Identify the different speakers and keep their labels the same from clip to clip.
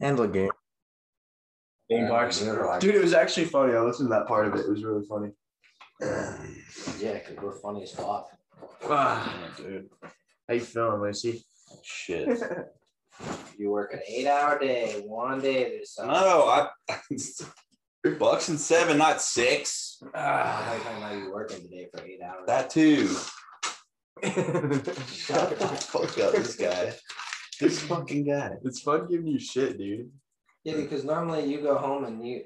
Speaker 1: Handle game.
Speaker 2: Name box.
Speaker 3: Dude, it was actually funny. I listened to that part of it. It was really funny.
Speaker 2: Yeah, because we're funny as fuck.
Speaker 3: Ah, dude. How you feeling, Lacey?
Speaker 4: Shit.
Speaker 2: You work an eight-hour day, one day there's something.
Speaker 4: No, I bucks and seven, not six.
Speaker 2: I
Speaker 3: Ah.
Speaker 2: thought you were talking about you working today for eight hours.
Speaker 4: That too.
Speaker 2: Shut the
Speaker 4: Fuck up this guy. This fucking guy.
Speaker 3: It's fun giving you shit, dude.
Speaker 2: Yeah, because normally you go home and you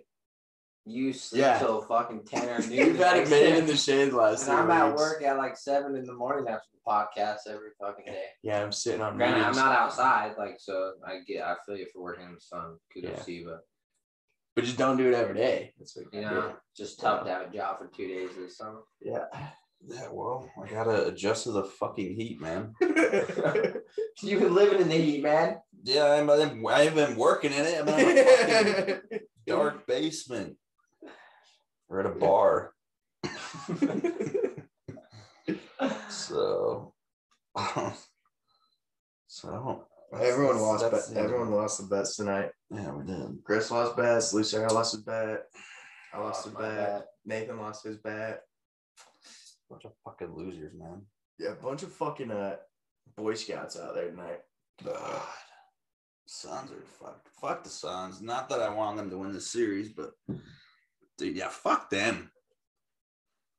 Speaker 2: you sleep
Speaker 3: Yeah.
Speaker 2: till fucking ten or noon.
Speaker 3: You've
Speaker 2: the
Speaker 3: had a
Speaker 2: next
Speaker 3: man
Speaker 2: day.
Speaker 3: in the shade last
Speaker 2: And I'm
Speaker 3: three
Speaker 2: at
Speaker 3: weeks.
Speaker 2: work at like seven in the morning after the podcast every fucking day.
Speaker 3: Yeah, I'm sitting on
Speaker 2: Granted, I'm
Speaker 3: meetings.
Speaker 2: not outside, like so I get I feel you for working in the sun. Kudos
Speaker 3: Yeah.
Speaker 2: to you, but
Speaker 3: but just don't do it every day. That's what
Speaker 2: you know, just tough to have a job for two days of the summer.
Speaker 3: Yeah.
Speaker 4: Yeah, well, I gotta adjust to the fucking heat, man.
Speaker 2: You've been living in the heat, man.
Speaker 4: Yeah, I'm, I'm, I have been working in it. I'm in a fucking dark basement. We're at a bar. so, so I don't.
Speaker 3: everyone lost.
Speaker 4: that's
Speaker 3: bet-
Speaker 4: the-
Speaker 3: everyone lost the bets tonight.
Speaker 4: Yeah, we did.
Speaker 3: Chris lost bets. Lucy, I lost his bet. I lost,
Speaker 2: Lost
Speaker 3: a
Speaker 2: my
Speaker 3: bet. Nathan lost his bet.
Speaker 4: Bunch of fucking losers, man.
Speaker 3: Yeah, a bunch of fucking uh, Boy Scouts out there tonight.
Speaker 4: God. Suns are fucked. Fuck the Suns. Not that I want them to win this series, but dude, yeah, fuck them.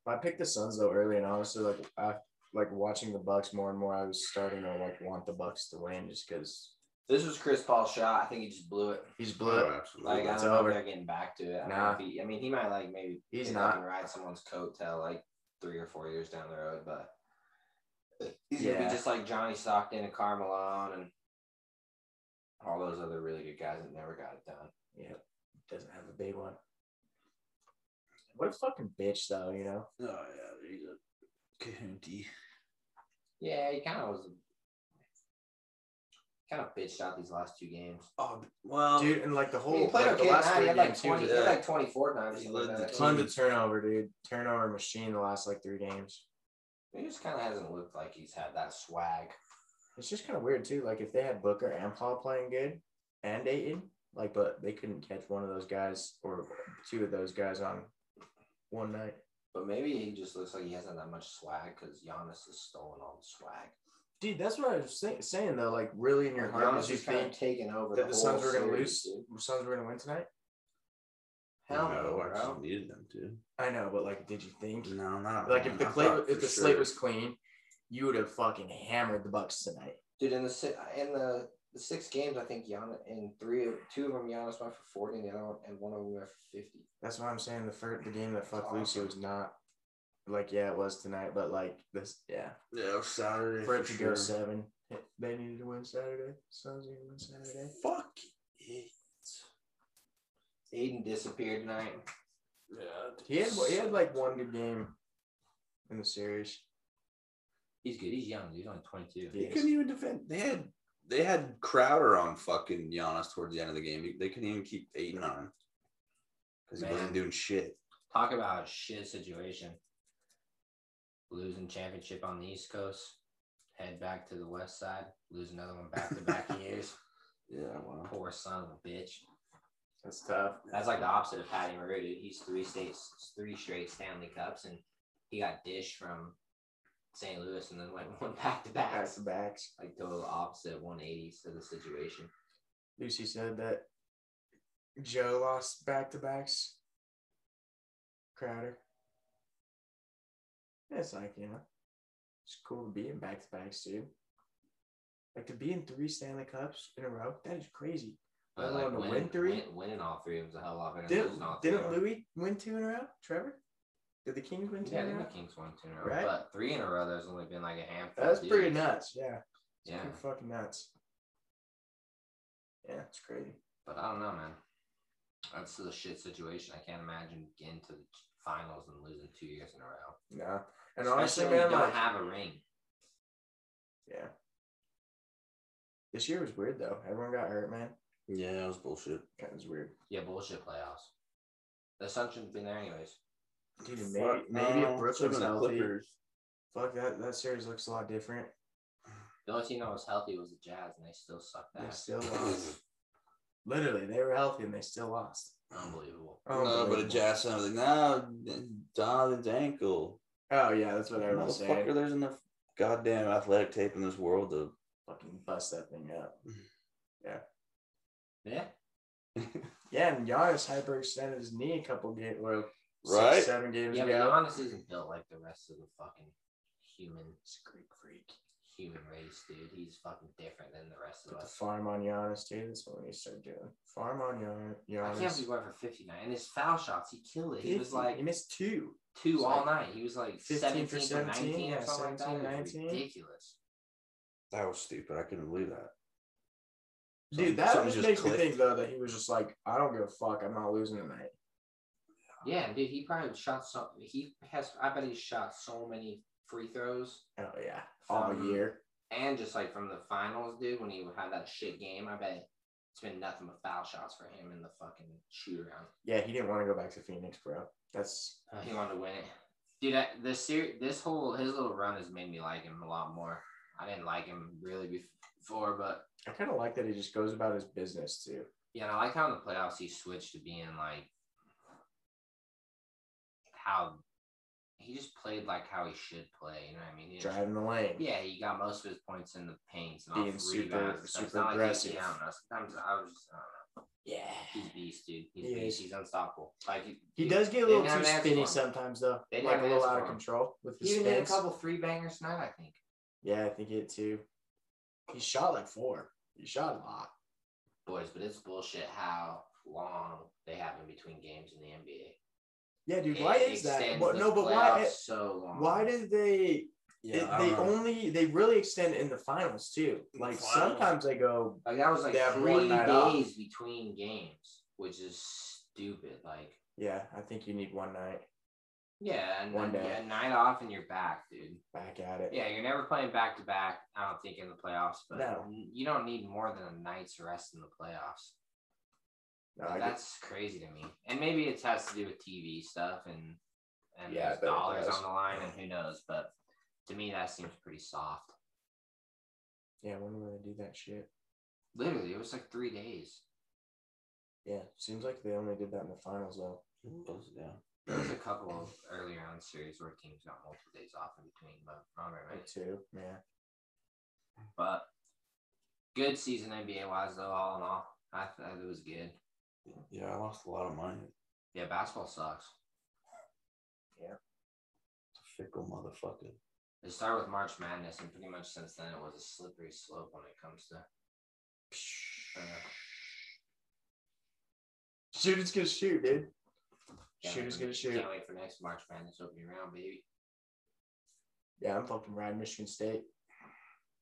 Speaker 3: I picked the Suns though early, and honestly, like I like watching the Bucks more and more. I was starting to like want the Bucks to win just because
Speaker 2: This was Chris Paul's shot. I think he just blew it.
Speaker 3: he's
Speaker 4: Oh,
Speaker 3: blue.
Speaker 4: absolutely.
Speaker 2: Like I
Speaker 3: It's
Speaker 2: don't know
Speaker 3: over.
Speaker 2: if they're getting back to it. I,
Speaker 3: Nah.
Speaker 2: don't know if he, I mean, he might like maybe
Speaker 3: He's
Speaker 2: pick up
Speaker 3: not.
Speaker 2: and ride someone's coattail like three or four years down the road, but he's gonna
Speaker 3: Yeah.
Speaker 2: be just like Johnny Stockton and Carmelo and all those other really good guys that never got it done.
Speaker 3: Yeah, doesn't have a big one. What a fucking bitch though, you know.
Speaker 4: oh yeah, he's a cahootie.
Speaker 2: Yeah, he kind of was kind of bitched out these last two games.
Speaker 4: Oh well,
Speaker 3: Dude, and like the whole
Speaker 2: Um, he played
Speaker 3: like,
Speaker 2: okay
Speaker 3: the last
Speaker 2: tonight. He
Speaker 3: three
Speaker 2: had like
Speaker 3: games, he was
Speaker 2: twenty. He had
Speaker 4: yeah.
Speaker 2: like twenty four times.
Speaker 4: He
Speaker 2: He, looked
Speaker 4: led
Speaker 2: like
Speaker 4: the
Speaker 2: that.
Speaker 3: ton of turnover, dude. Turnover machine the last like three games.
Speaker 2: he just kind of hasn't looked like he's had that swag.
Speaker 3: It's just kind of weird too. Like if they had Booker and Paul playing good and Dayton, like but they couldn't catch one of those guys or two of those guys on one night.
Speaker 2: But maybe he just looks like he hasn't that much swag because Giannis has stolen all the swag.
Speaker 3: Dude, that's what I was say- saying though. Like really in your
Speaker 2: Like,
Speaker 3: heart, did
Speaker 2: Giannis
Speaker 3: you
Speaker 2: is kind of
Speaker 3: think
Speaker 2: taking over.
Speaker 3: that the
Speaker 2: whole
Speaker 3: Suns were gonna
Speaker 2: series,
Speaker 3: lose?
Speaker 2: dude.
Speaker 3: Suns were gonna win tonight?
Speaker 2: Hell
Speaker 4: no,
Speaker 2: no,
Speaker 4: I just
Speaker 2: bro.
Speaker 4: needed them to.
Speaker 3: I know, but like, did you think?
Speaker 4: No, not
Speaker 3: Like if the
Speaker 4: I
Speaker 3: play,
Speaker 4: thought
Speaker 3: if
Speaker 4: for
Speaker 3: the slate
Speaker 4: sure.
Speaker 3: was clean, you would have fucking hammered the Bucks tonight.
Speaker 2: Dude, in the si- in the, the six games, I think Giannis in three of two of them, Giannis went for forty, and the other one, and one of them went for fifty.
Speaker 3: That's why I'm saying the first the game that fucked
Speaker 2: Awesome.
Speaker 3: Lucy was not like yeah it was tonight, but like this yeah
Speaker 4: yeah, it was Saturday
Speaker 3: for it to go
Speaker 4: sure.
Speaker 3: seven, they needed to win Saturday. Suns needed to win Saturday.
Speaker 4: Fuck it.
Speaker 2: Aiden disappeared tonight.
Speaker 4: Yeah,
Speaker 3: He had he had like one good game in the series.
Speaker 2: He's good. He's young. He's only twenty two.
Speaker 4: They
Speaker 3: Yeah.
Speaker 4: couldn't even defend. They had they had Crowder on fucking Giannis towards the end of the game. They couldn't even keep eight and on because he
Speaker 2: Man.
Speaker 4: wasn't doing shit.
Speaker 2: Talk about a shit situation. Losing championship on the East Coast, head back to the West Side, lose another one back to back years.
Speaker 4: Yeah, well,
Speaker 2: Poor son of a bitch.
Speaker 3: That's tough.
Speaker 2: That's like the opposite of Patty Murray. dude. He's three states, three straight Stanley Cups, and he got dished from St. Louis, and then went one back to back.
Speaker 3: Pass the backs.
Speaker 2: Like total opposite 180s to the situation.
Speaker 3: Lucy said that Joe lost back to backs. Crowder. It's like, you know, it's cool to be in back to backs, dude. Like to be in three Stanley Cups in a row, that is crazy.
Speaker 2: But
Speaker 3: Oh,
Speaker 2: like
Speaker 3: to
Speaker 2: winning,
Speaker 3: win three?
Speaker 2: win- winning all three of them is a hell of a lot better than
Speaker 3: Didn't,
Speaker 2: losing all three.
Speaker 3: didn't
Speaker 2: of them.
Speaker 3: Louis win two in a row? Trevor? Did the Kings win two
Speaker 2: Yeah, I
Speaker 3: in a
Speaker 2: think
Speaker 3: row?
Speaker 2: the Kings won two in a row,
Speaker 3: Right?
Speaker 2: but three in a row. There's only been like a handful.
Speaker 3: That's
Speaker 2: of
Speaker 3: pretty
Speaker 2: dudes.
Speaker 3: nuts. Yeah. It's
Speaker 2: Yeah,
Speaker 3: pretty fucking nuts. Yeah, it's crazy.
Speaker 2: but I don't know, man. That's the shit situation. I can't imagine getting to the finals and losing two years in a row.
Speaker 3: Nah. And
Speaker 2: Especially
Speaker 3: honestly,
Speaker 2: when you
Speaker 3: man,
Speaker 2: don't
Speaker 3: like,
Speaker 2: have a ring.
Speaker 3: Yeah. This year was weird though. Everyone got hurt, man.
Speaker 4: yeah, that was bullshit.
Speaker 3: That was weird.
Speaker 2: Yeah, bullshit playoffs. The sun shouldn't be there anyways.
Speaker 3: Dude, maybe
Speaker 4: Fuck,
Speaker 3: maybe
Speaker 4: no,
Speaker 3: if Brooklyn's
Speaker 4: should've been the
Speaker 3: healthy.
Speaker 4: Clippers.
Speaker 3: Fuck that that series looks a lot different.
Speaker 2: The only team that was healthy was the Jazz, and they still sucked
Speaker 3: They
Speaker 2: ass.
Speaker 3: still lost. Literally, they were healthy and they still lost.
Speaker 2: Unbelievable.
Speaker 4: no, but a
Speaker 3: Unbelievable.
Speaker 4: Jackson was like, no, Donovan's ankle.
Speaker 3: Oh yeah, that's what everyone was saying.
Speaker 4: Motherfucker, there's enough goddamn athletic tape in this world to.
Speaker 3: Fucking bust that thing up.
Speaker 2: Yeah.
Speaker 3: Yeah, and Giannis hyperextended his knee a couple games, well, six,
Speaker 4: Right?
Speaker 3: seven games
Speaker 2: Yeah, but
Speaker 3: ago.
Speaker 2: Giannis isn't built like the rest of the fucking human
Speaker 3: He's a Greek freak.
Speaker 2: human race, dude. He's fucking different than the rest of
Speaker 3: Put the
Speaker 2: us.
Speaker 3: farm on Giannis, dude. That's what we need to start doing. Farm on Gian-
Speaker 2: I
Speaker 3: Giannis.
Speaker 2: can't believe he went for 59. And his foul shots, he killed it. He was
Speaker 3: Fifty-
Speaker 2: like
Speaker 3: he missed two.
Speaker 2: two
Speaker 3: It's
Speaker 2: all
Speaker 3: like
Speaker 2: night. He was like
Speaker 3: 15
Speaker 2: 17
Speaker 3: for
Speaker 2: for
Speaker 3: 17,
Speaker 2: 19 or
Speaker 3: yeah,
Speaker 2: something like that. It
Speaker 3: 17,
Speaker 2: was
Speaker 3: 19.
Speaker 2: ridiculous.
Speaker 4: That was stupid. I couldn't believe that.
Speaker 3: Dude, that
Speaker 4: something
Speaker 3: just
Speaker 4: just
Speaker 3: makes
Speaker 4: clicked.
Speaker 3: me think though that he was just like, I don't give a fuck. I'm not losing tonight.
Speaker 2: Yeah, and dude, he probably shot so he has I bet he's shot so many free throws
Speaker 3: Oh yeah, all
Speaker 2: Um,
Speaker 3: year.
Speaker 2: and just like from the finals, dude, when he had that shit game, I bet it's been nothing but foul shots for him in the fucking shoot around.
Speaker 3: Yeah, he didn't want to go back to Phoenix, bro. That's
Speaker 4: Uh,
Speaker 2: Uh, He wanted to win it. Dude, I, this ser- this whole his little run has made me like him a lot more. I didn't like him really bef- before, but
Speaker 3: I kind of like that he just goes about his business too.
Speaker 2: yeah, and I like how in the playoffs he switched to being like how he just played like how he should play. You know what I mean? He didn't-
Speaker 3: Driving the lane.
Speaker 2: Yeah, he got most of his points in the paints and
Speaker 3: Being
Speaker 2: off
Speaker 3: super-
Speaker 2: rebounds. and stuff. It's
Speaker 3: super
Speaker 2: not like he-
Speaker 3: aggressive.
Speaker 2: yeah, I don't know. Sometimes I was just, um, I don't
Speaker 3: yeah.
Speaker 2: know. He's beast, dude. He's
Speaker 3: He
Speaker 2: beast.
Speaker 3: is.
Speaker 2: He's unstoppable. Like he,
Speaker 3: He
Speaker 2: he-
Speaker 3: does get a
Speaker 2: they
Speaker 3: little
Speaker 2: didn't
Speaker 3: too
Speaker 2: have an
Speaker 3: spinny
Speaker 2: answer for him.
Speaker 3: sometif though.
Speaker 2: They didn't
Speaker 3: Like
Speaker 2: have
Speaker 3: a
Speaker 2: an
Speaker 3: little
Speaker 2: answer
Speaker 3: out
Speaker 2: for
Speaker 3: of
Speaker 2: him.
Speaker 3: control with
Speaker 2: He
Speaker 3: his
Speaker 2: even hit a
Speaker 3: spins.
Speaker 2: couple three bangers tonight, I think.
Speaker 3: Yeah, I think it too. He shot like four. He shot a lot.
Speaker 2: Boys, but it's bullshit how long they have in between games in the NBA.
Speaker 3: Yeah, dude. Why
Speaker 2: It
Speaker 3: is that?
Speaker 2: extends
Speaker 3: What,
Speaker 2: the
Speaker 3: no, but why?
Speaker 2: playoffs so long?
Speaker 3: Why did they?
Speaker 4: Yeah, I
Speaker 3: they they
Speaker 4: don't know.
Speaker 3: only they really extend in the finals too.
Speaker 4: In the
Speaker 3: Like
Speaker 4: finals.
Speaker 3: sometimes they go
Speaker 2: like that was like
Speaker 3: they have
Speaker 2: three
Speaker 3: one night off?
Speaker 2: days between games, which is stupid. Like
Speaker 3: Yeah, I think you need one night
Speaker 2: yeah, and
Speaker 3: One
Speaker 2: then,
Speaker 3: day.
Speaker 2: yeah, night off and you're back, dude.
Speaker 3: back at it.
Speaker 2: Yeah, you're never playing back to back. I don't think in the playoffs, but
Speaker 3: No.
Speaker 2: you don't need more than a night's rest in the playoffs.
Speaker 3: No, I get,
Speaker 2: That's crazy to me. And maybe it has to do with TV stuff and and
Speaker 3: Yeah, I
Speaker 2: there's
Speaker 3: bet it
Speaker 2: dollars
Speaker 3: does.
Speaker 2: on the line and who knows. But to me, that seems pretty soft.
Speaker 3: yeah. When will they do that shit?
Speaker 2: Literally, it was like three days.
Speaker 3: Yeah, seems like they only did that in the finals though.
Speaker 4: Yeah.
Speaker 2: There was a couple of earlier on series where teams got multiple days off in between, but not very
Speaker 3: Or
Speaker 2: many.
Speaker 3: two. Yeah.
Speaker 2: But good season NBA wise, though. All in all, I thought it was good.
Speaker 4: Yeah, I lost a lot of money.
Speaker 2: Yeah, basketball sucks.
Speaker 4: It's a fickle motherfucker.
Speaker 2: They started with March Madness, and pretty much since then it was a slippery slope when it comes to. uh,
Speaker 3: Shooters gonna shoot, dude.
Speaker 2: can't
Speaker 3: Shooters
Speaker 2: wait-
Speaker 3: gonna shoot.
Speaker 2: Can't wait for next March Madness opening round, baby.
Speaker 3: Yeah, I'm fucking riding Michigan State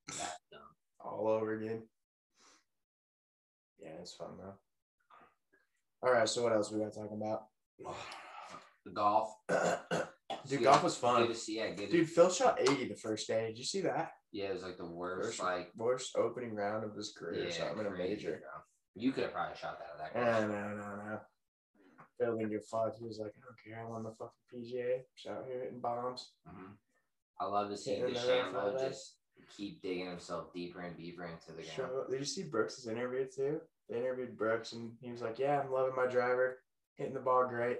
Speaker 2: That's dumb.
Speaker 3: all over again. Yeah, it's fun though. All right, so what else we got talking about?
Speaker 2: The golf.
Speaker 3: Dude, golf was
Speaker 2: Good
Speaker 3: fun.
Speaker 2: to see. Yeah, good.
Speaker 3: Dude, Phil shot 80 the first day. Did you see that?
Speaker 2: yeah, it was like the
Speaker 3: Worst-
Speaker 2: worst, like
Speaker 3: Worst opening round of his career.
Speaker 2: yeah,
Speaker 3: so I'm in a
Speaker 2: crazy,
Speaker 3: major.
Speaker 2: bro. You could have probably shot that at that.
Speaker 3: No,
Speaker 2: course.
Speaker 3: no, no, no. Phil didn't give a fuck. He was like, I don't care. I'm on the fucking PGA. Just out here hitting bombs.
Speaker 2: Mhm. I love to see
Speaker 3: Yeah, no,
Speaker 2: DeChambeau
Speaker 3: that's-
Speaker 2: just keep digging himself deeper and deeper into the ground.
Speaker 3: Show, did you see Brooks' interview too? They interviewed Brooks and he was like, Yeah, I'm loving my driver. Hitting the ball great.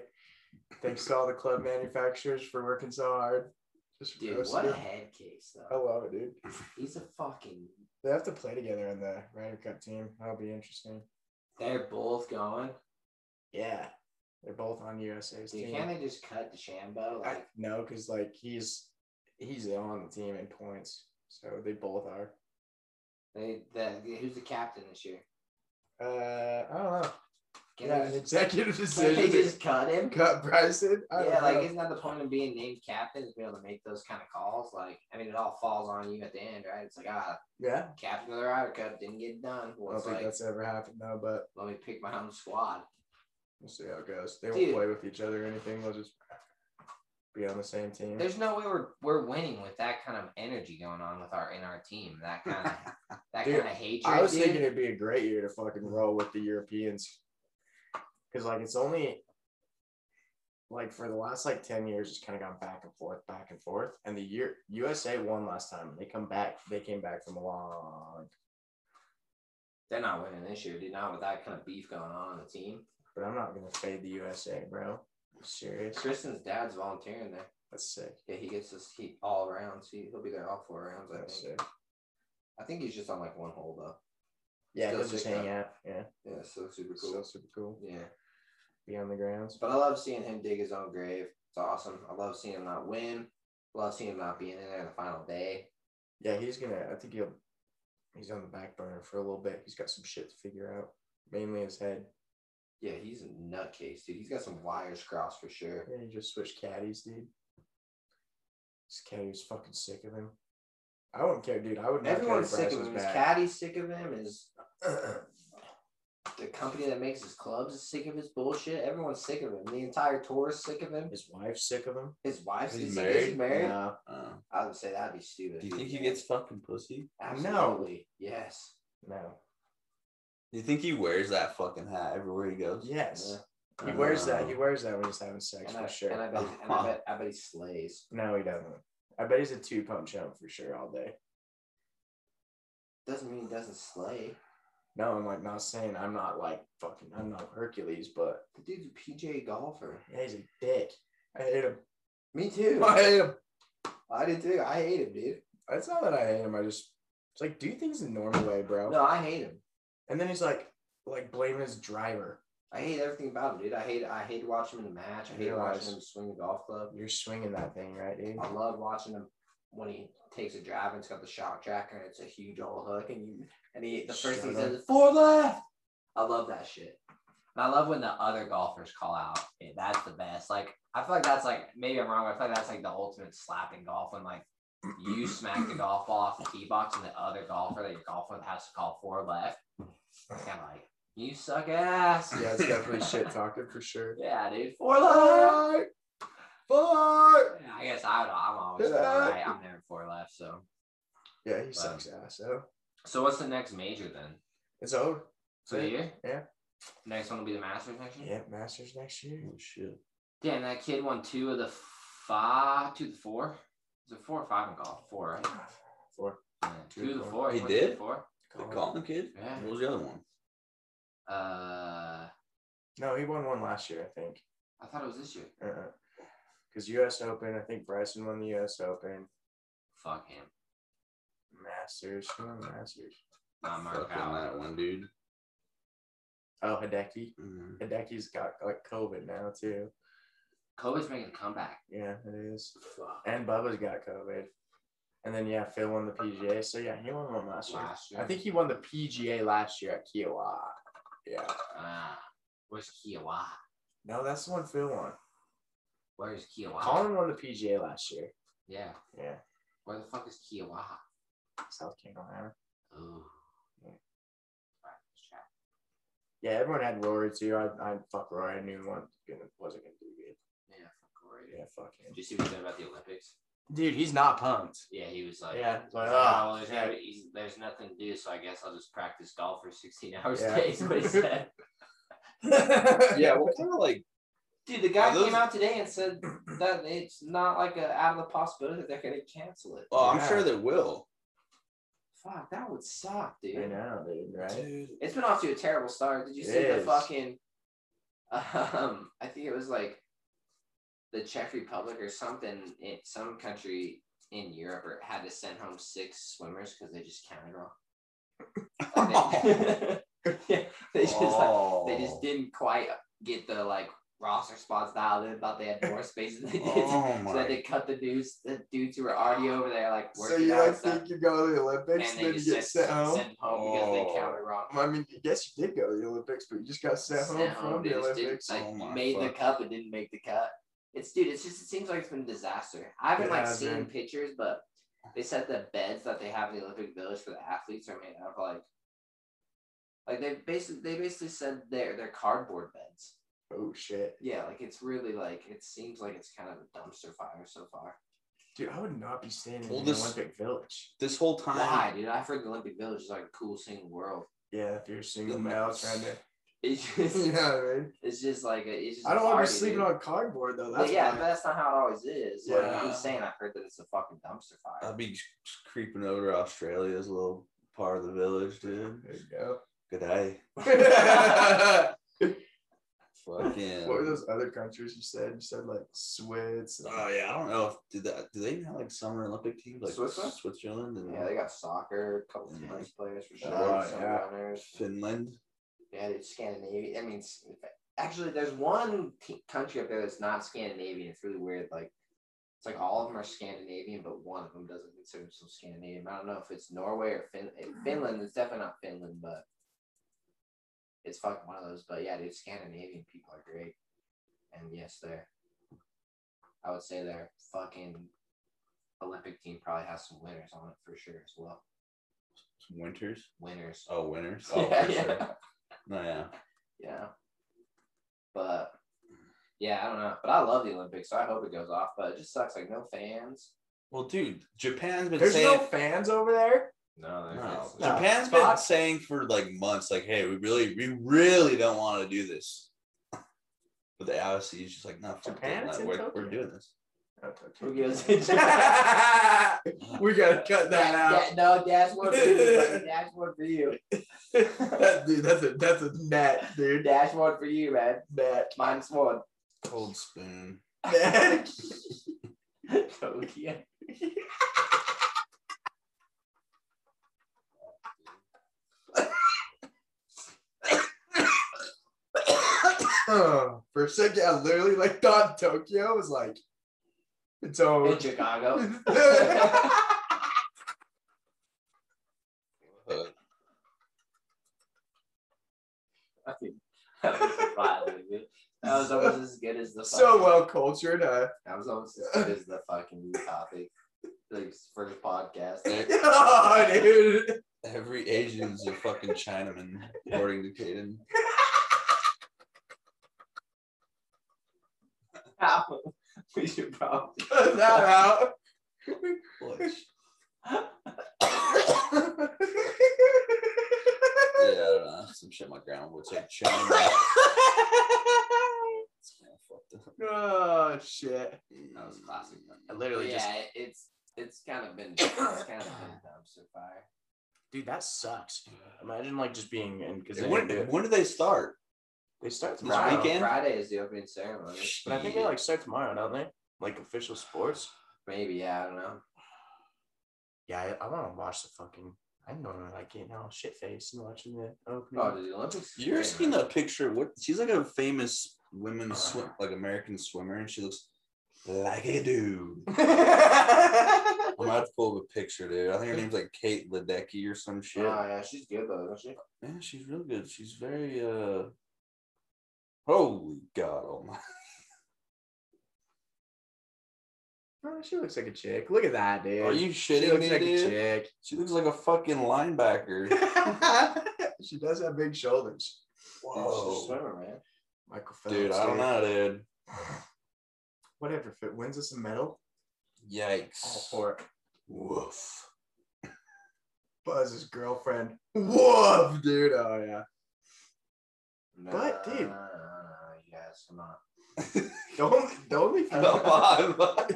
Speaker 3: Thanks to all the club manufacturers for working so hard. Just
Speaker 2: Dude,
Speaker 3: roasted
Speaker 2: what a
Speaker 3: him.
Speaker 2: head case
Speaker 3: I
Speaker 2: though.
Speaker 3: love it, dude.
Speaker 2: He's a fucking.
Speaker 3: They have to play together on the Ryder Cup team. That'll be interesting.
Speaker 2: They're both going.
Speaker 3: Yeah. They're both on USA's
Speaker 2: Dude,
Speaker 3: team.
Speaker 2: can't they just cut DeChambeau?
Speaker 3: I,
Speaker 2: Like,
Speaker 3: no, because like he's he's on the team in points, so they both are.
Speaker 2: they, the, who's the captain this year?
Speaker 3: Uh, I don't know.
Speaker 2: Can
Speaker 3: yeah,
Speaker 2: they
Speaker 3: an
Speaker 2: just-
Speaker 3: executive
Speaker 2: Can they
Speaker 3: decision.
Speaker 2: just cut him?
Speaker 3: cut Bryson. I
Speaker 2: Yeah,
Speaker 3: don't
Speaker 2: like
Speaker 3: know.
Speaker 2: isn't that the point of being named captain to be able to make those kind of calls? Like, I mean, it all falls on you at the end, right? It's like, ah,
Speaker 3: yeah.
Speaker 2: captain of the Ryder Cup didn't get it done.
Speaker 3: I
Speaker 2: Well,
Speaker 3: don't
Speaker 2: it's
Speaker 3: think
Speaker 2: like,
Speaker 3: that's ever happened though, but
Speaker 2: let me pick my own squad.
Speaker 3: we'll see how it goes. They won't
Speaker 2: Dude.
Speaker 3: play with each other or anything. They'll just be on the same team.
Speaker 2: There's no way we're we're winning with that kind of energy going on with our in our team. That kind of that
Speaker 3: Dude,
Speaker 2: kind of hatred.
Speaker 3: I was
Speaker 2: dude.
Speaker 3: thinking it'd be a great year to fucking roll with the Europeans. Cause like it's only like for the last like 10 years, it's kind of gone back and forth, back and forth. And the year USA won last time. They come back, they came back from a long
Speaker 2: They're not winning this year, dude. Not with that kind of beef going on on the team.
Speaker 3: But I'm not gonna fade the USA, bro. I'm serious.
Speaker 2: Kristen's dad's volunteering there.
Speaker 3: That's sick.
Speaker 2: Yeah, he gets his heat all rounds. He, he'll be there all four rounds, I
Speaker 3: That's
Speaker 2: think.
Speaker 3: sick.
Speaker 2: I think he's just on like one hole, though.
Speaker 3: Yeah,
Speaker 2: Still
Speaker 3: he'll just
Speaker 2: sick,
Speaker 3: hang
Speaker 2: though.
Speaker 3: out. Yeah.
Speaker 2: Yeah, so super cool.
Speaker 3: Still super cool.
Speaker 2: yeah.
Speaker 3: Be on the grounds.
Speaker 2: But I love seeing him dig his own grave. It's awesome. I love seeing him not win. Love seeing him not being in there the final day.
Speaker 3: Yeah, he's gonna. I think he'll. He's on the back burner for a little bit. He's got some shit to figure out, mainly his head.
Speaker 2: Yeah, he's a nutcase, dude. He's got some wires crossed for sure.
Speaker 3: Yeah, he just switched caddies, dude. This caddy was fucking sick of him. I wouldn't care, dude. I would not
Speaker 2: Everyone's
Speaker 3: care if
Speaker 2: sick of
Speaker 3: Bryce
Speaker 2: him.
Speaker 3: was
Speaker 2: His
Speaker 3: back.
Speaker 2: caddy's sick of him. His the company that makes his clubs is sick of his bullshit. Everyone's sick of him. The entire tour is sick of him.
Speaker 3: His wife's sick of him.
Speaker 2: His wife's
Speaker 4: He's
Speaker 2: is sick of him.
Speaker 4: married?
Speaker 2: He's married.
Speaker 3: Nah.
Speaker 4: Uh,
Speaker 2: I would say that'd be stupid.
Speaker 4: do you think he gets fucking pussy?
Speaker 2: Absolutely. Yes.
Speaker 3: no.
Speaker 4: Do you think he wears that fucking hat everywhere he goes?
Speaker 3: Yes.
Speaker 4: Yeah.
Speaker 3: He wears
Speaker 4: Uh,
Speaker 3: that. He wears that when he's having sex
Speaker 2: And
Speaker 3: for
Speaker 2: I,
Speaker 3: sure.
Speaker 2: and I bet, and I bet, I bet he slays.
Speaker 3: no, he doesn't. I bet he's a two pump chump for sure all day.
Speaker 2: Doesn't mean he doesn't slay.
Speaker 3: No, I'm like not saying I'm not like fucking. I'm not Hercules, but
Speaker 2: The dude's a PJ golfer.
Speaker 3: yeah, he's a dick. I hate him.
Speaker 2: Me too.
Speaker 3: I hate him.
Speaker 2: I did too. I hate him, dude.
Speaker 3: It's not that I hate him. I just it's like do things the normal way, bro.
Speaker 2: No, I hate him.
Speaker 3: And then he's like, like blame his driver.
Speaker 2: I hate everything about him, dude. I hate I hate watching him in the match. I hate
Speaker 3: Realize.
Speaker 2: watching him swing the golf club.
Speaker 3: You're swinging that thing, right, dude?
Speaker 2: I love watching him when he takes a drive and it's got the shock tracker and it's a huge old hook and you and he the first thing he
Speaker 3: Shut up.
Speaker 2: says is four left. I love that shit. And I love when the other golfers call out. Yeah, that's the best. Like I feel like that's like maybe I'm wrong, but I feel like that's like the ultimate slap in golf when like you smack the golf ball off the tee box and the other golfer that you're golfing with has to call four left. It's kind of like you suck ass.
Speaker 3: Yeah, it's definitely shit talking for sure.
Speaker 2: Yeah, dude. Four left.
Speaker 3: Fuck.
Speaker 2: Yeah, I guess I, I'm always four right. I'm never four left. So,
Speaker 3: Yeah, he sucks ass. So
Speaker 2: so what's the next major then?
Speaker 3: it's over.
Speaker 2: For the year?
Speaker 3: Yeah.
Speaker 2: Next one will be the Masters next year.
Speaker 3: Yeah, Masters next year.
Speaker 4: Oh, shit.
Speaker 2: Damn, that kid won two of the five, two of the four. Is it four or five in golf? Four, right?
Speaker 3: Four.
Speaker 2: Yeah, two of the four.
Speaker 4: He
Speaker 2: won two of the
Speaker 4: did?
Speaker 2: Four.
Speaker 4: The Colin kid?
Speaker 2: Yeah.
Speaker 4: What was the other one?
Speaker 2: Uh,
Speaker 3: No, he won one last year, I think. Uh-uh.
Speaker 2: I thought it was this year.
Speaker 3: Because U.S. Open, I think Bryson won the U.S. Open.
Speaker 2: Fuck him.
Speaker 3: Masters, who won Masters?
Speaker 2: Not Mark
Speaker 4: Fucking that
Speaker 2: Powell.
Speaker 4: one, dude.
Speaker 3: Oh, Hideki.
Speaker 4: Mm.
Speaker 3: Hideki's got like COVID now too.
Speaker 2: COVID's making a comeback.
Speaker 3: Yeah, it is.
Speaker 2: Fuck.
Speaker 3: And Bubba's got COVID. And then yeah, Phil won the PGA. So yeah, he won one last year.
Speaker 2: Last year.
Speaker 3: I think he won the PGA last year at Kiowa. Yeah.
Speaker 2: Ah, where's Kiowa?
Speaker 3: No, that's the one Phil won.
Speaker 2: Where's Kiowa?
Speaker 3: Colin won the PGA last year.
Speaker 2: Yeah.
Speaker 3: Yeah.
Speaker 2: Where the fuck is Kiowa?
Speaker 3: South Carolina.
Speaker 2: Ooh.
Speaker 3: Yeah.
Speaker 2: Alright, let's try.
Speaker 3: Yeah, everyone had Rory too. I, I fuck Rory. I knew one gonna, wasn't gonna do good.
Speaker 2: Yeah, fuck Rory.
Speaker 3: Yeah, fuck him.
Speaker 2: Did you see what he said about the Olympics?
Speaker 3: Dude, he's not pumped.
Speaker 2: Yeah, he was like,
Speaker 3: Yeah,
Speaker 2: he's
Speaker 3: like,
Speaker 2: like,
Speaker 3: ah,
Speaker 2: "Oh, there's,
Speaker 3: yeah."
Speaker 2: never- he's- there's nothing to do, so I guess I'll just practice golf for 16 hours
Speaker 3: Yeah.
Speaker 2: a day. Is what he said.
Speaker 4: Yeah, what kind of like
Speaker 2: Dude, the guy
Speaker 4: Are those-
Speaker 2: came out today and said that it's not like a, out of the possibility that they're going to cancel it.
Speaker 4: Oh,
Speaker 3: Yeah.
Speaker 4: I'm sure they will.
Speaker 2: Fuck, that would suck,
Speaker 3: I
Speaker 2: dude.
Speaker 3: know, dude. Right?
Speaker 4: Dude.
Speaker 2: It's been off to a terrible start. Did you
Speaker 3: It
Speaker 2: see the
Speaker 3: is.
Speaker 2: fucking? Um, I think it was like the Czech Republic or something. In some country in Europe, or had to send home six swimmers because they just counted wrong. Like, they- yeah, they just like, they
Speaker 3: Oh.
Speaker 2: just didn't quite get the like roster spots dialed in. Thought they had more space than they did.
Speaker 4: Oh
Speaker 2: So then
Speaker 4: my
Speaker 2: they cut the dudes, the dudes who were already over there, like
Speaker 3: So
Speaker 2: working
Speaker 3: you
Speaker 2: out
Speaker 3: like
Speaker 2: and stuff,
Speaker 3: think you go to the Olympics,
Speaker 2: and they
Speaker 3: then you
Speaker 2: just
Speaker 3: get
Speaker 2: sent,
Speaker 3: sent home?
Speaker 2: sent home because
Speaker 4: Oh.
Speaker 2: they counted wrong.
Speaker 3: I mean, I guess you did go to the Olympics, but you just got sent home
Speaker 2: Sent
Speaker 3: from
Speaker 2: home,
Speaker 3: the
Speaker 2: dude. It's- dude,
Speaker 3: Olympics.
Speaker 2: like,
Speaker 4: Oh my
Speaker 2: made the
Speaker 4: fuck.
Speaker 2: cup and didn't make the cut. It's dude. It's just it seems like it's been a disaster. I haven't
Speaker 3: It
Speaker 2: like
Speaker 3: has
Speaker 2: seen
Speaker 3: been.
Speaker 2: pictures, but they said the beds that they have in the Olympic Village for the athletes are made out of like, like they basically they basically said they're they're cardboard beds.
Speaker 3: Oh shit,
Speaker 2: Yeah, like it's really like it seems like it's kind of a dumpster fire so far.
Speaker 3: dude! I would not be staying
Speaker 4: Well,
Speaker 3: in
Speaker 4: this-
Speaker 3: the Olympic Village.
Speaker 4: This wole time
Speaker 2: Why, dude? I've heard the Olympic Village is like a cool single world.
Speaker 3: Yeah, if you're a single
Speaker 4: The
Speaker 3: male
Speaker 4: most-
Speaker 3: trying to,
Speaker 2: It's just
Speaker 3: you know what I mean.
Speaker 2: it's just like a, it's just.
Speaker 3: I don't want to
Speaker 2: want
Speaker 3: be sleeping on cardboard though.
Speaker 2: But
Speaker 3: That's
Speaker 2: yeah,
Speaker 3: why.
Speaker 2: but that's not how it always is. Like,
Speaker 3: Yeah. Uh,
Speaker 2: I'm saying I've heard that it's a fucking dumpster fire.
Speaker 4: I'll be creeping over to Australia's little part of the village, dude.
Speaker 3: There you go.
Speaker 4: Good day.
Speaker 3: what
Speaker 4: Fucking.
Speaker 3: were those other countries you said? You said like Swiss. and-
Speaker 2: Uh,
Speaker 4: Oh yeah, I don't know if do that. Do they even have like summer Olympic teams like
Speaker 2: Switzerland?
Speaker 4: Switzerland and
Speaker 2: Yeah, they got soccer, a couple of
Speaker 4: Yeah.
Speaker 2: tennis players for sure.
Speaker 4: Oh,
Speaker 2: some
Speaker 3: yeah.
Speaker 2: runners.
Speaker 4: Finland.
Speaker 2: Yeah, it's Scandinavia. I mean, s- actually, there's one t- country up there that's not Scandinavian. It's really weird. Like, it's like all of them are Scandinavian, but one of them doesn't consider themselves Scandinavian. I don't know if it's Norway or fin-
Speaker 4: Hmm.
Speaker 2: if Finland. It's definitely not Finland, but it's fucking one of those. But yeah, dude, Scandinavian people are great. And yes, they're, I would say their fucking Olympic team probably has some winners on it for sure as well.
Speaker 4: Winters.
Speaker 2: Winners.
Speaker 4: Oh, winters. Oh,
Speaker 2: yeah,
Speaker 4: for sure.
Speaker 2: yeah.
Speaker 4: No, Oh, yeah.
Speaker 2: Yeah. But yeah, I don't know. But I love the Olympics, so I hope it goes off. But it just sucks like no fans.
Speaker 4: Well, dude, Japan's been
Speaker 3: There's no
Speaker 4: saying.
Speaker 3: fans over there.
Speaker 2: No,
Speaker 4: No,
Speaker 2: there's
Speaker 3: No.
Speaker 4: Japan's been
Speaker 3: Scott-
Speaker 4: saying for like months, like, "Hey, we really, we really don't want to do this," but the IOC is just like, "No, fuck
Speaker 3: Japan?
Speaker 4: it,
Speaker 3: It's
Speaker 4: no,
Speaker 3: in
Speaker 4: we're,
Speaker 3: Tokyo.
Speaker 4: we're doing this."
Speaker 2: Who gives a
Speaker 3: we gotta cut that out.
Speaker 2: That- that- no, that's one for you. buddy. That's one for you.
Speaker 3: That- dude, that's a that's a net, dude.
Speaker 2: That's one for you, man.
Speaker 3: Net.
Speaker 2: Mine's one.
Speaker 4: Cold spoon.
Speaker 3: Net.
Speaker 2: Tokyo.
Speaker 3: Oh, for a second, I literally like thought Tokyo was like its own.
Speaker 2: In Chicago.
Speaker 4: Uh,
Speaker 2: I mean, that was a violent, dude. That was almost as good as the
Speaker 3: so
Speaker 2: fucking-
Speaker 3: well cultured. Uh,
Speaker 2: That was almost as good as the fucking topic. Like first podcast.
Speaker 3: oh, dude.
Speaker 4: every Asian's a fucking Chinaman, according to Caden.
Speaker 2: we should probably
Speaker 3: Cut that out.
Speaker 4: Butch. Yeah, I don't know. Some shit my grandma would say. Chinaman. It's kinda fucked up.
Speaker 3: oh shit.
Speaker 2: That was classic.
Speaker 4: I literally
Speaker 2: yeah,
Speaker 4: just
Speaker 2: it- it's it's kind of been it's kind of been dumpster fire.
Speaker 3: Dude, that sucks. Imagine like just being in because
Speaker 4: Hey, When, when do they start?
Speaker 3: they start
Speaker 4: this tomorrow. weekend?
Speaker 2: Friday is the opening ceremony.
Speaker 3: But I think they like start tomorrow, don't they? Like official sports.
Speaker 2: Maybe yeah, I don't know.
Speaker 3: Yeah, I, I want to watch the fucking. I normally like getting all shit faced and watching the
Speaker 4: Hmm.
Speaker 3: opening.
Speaker 2: Oh, did the Olympics?
Speaker 4: You ever seen that picture? of What she's like a famous women swim, like American swimmer, and she looks like a dude. I'm gonna have to pull up a picture, dude. I think her name's like Kate Ledecky or some
Speaker 2: Oh
Speaker 4: shit.
Speaker 2: yeah, she's good though, isn't she?
Speaker 4: Man, she's real good. She's very uh. Holy God, oh my!
Speaker 3: Oh, she looks like a chick. Look at that, dude.
Speaker 4: Are you
Speaker 3: she
Speaker 4: shitting
Speaker 3: looks
Speaker 4: me,
Speaker 3: like
Speaker 4: dude?
Speaker 3: a chick.
Speaker 4: She looks like a fucking linebacker.
Speaker 3: she does have big shoulders.
Speaker 2: She's a
Speaker 4: Whoa,
Speaker 2: swimmer, man.
Speaker 3: Michael Phelps.
Speaker 4: dude, I don't know, dude.
Speaker 3: Whatever. If it wins us a medal, all
Speaker 4: Yikes!
Speaker 3: for it.
Speaker 4: Woof.
Speaker 3: Buzz's girlfriend. Woof, dude. Oh yeah. But, dude.
Speaker 2: No, no, no, no, you guys, come on.
Speaker 3: The only, the only
Speaker 4: Come on, bud.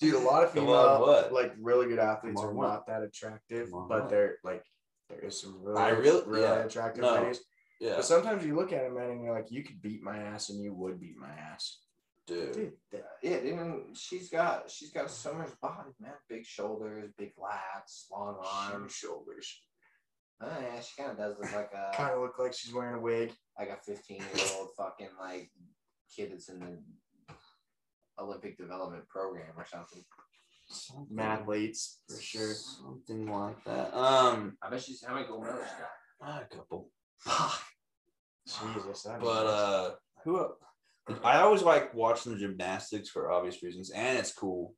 Speaker 3: dude, a lot of
Speaker 4: Come on,
Speaker 3: female
Speaker 4: what?
Speaker 3: like really good athletes
Speaker 4: Come on,
Speaker 3: are
Speaker 4: what?
Speaker 3: not that attractive,
Speaker 4: Come on,
Speaker 3: but
Speaker 4: what?
Speaker 3: they're like there is some really,
Speaker 4: I really-
Speaker 3: really
Speaker 4: yeah.
Speaker 3: attractive
Speaker 4: No.
Speaker 3: ladies.
Speaker 4: yeah,
Speaker 3: But sometimes you look at them man, and you're like, you could beat my ass, and you would beat my ass.
Speaker 4: dude.
Speaker 3: Dude, that-
Speaker 2: Yeah, dude, and she's got she's got a swimmer's body, man. Big shoulders, big lats, long
Speaker 3: huge
Speaker 2: arms.
Speaker 3: shoulders.
Speaker 2: Oh, yeah, she kind of does look like a
Speaker 3: Kind of look like she's wearing a wig.
Speaker 2: like a 15 year old fucking like kid that's in the Olympic development program or something.
Speaker 3: Mad leads for sure.
Speaker 4: Something like that. Um,
Speaker 2: I bet she's how many gold medals she got.
Speaker 4: a couple.
Speaker 3: Jesus, that
Speaker 4: But uh, who? el- I always like watching the gymnastics for obvious reasons, and it's cool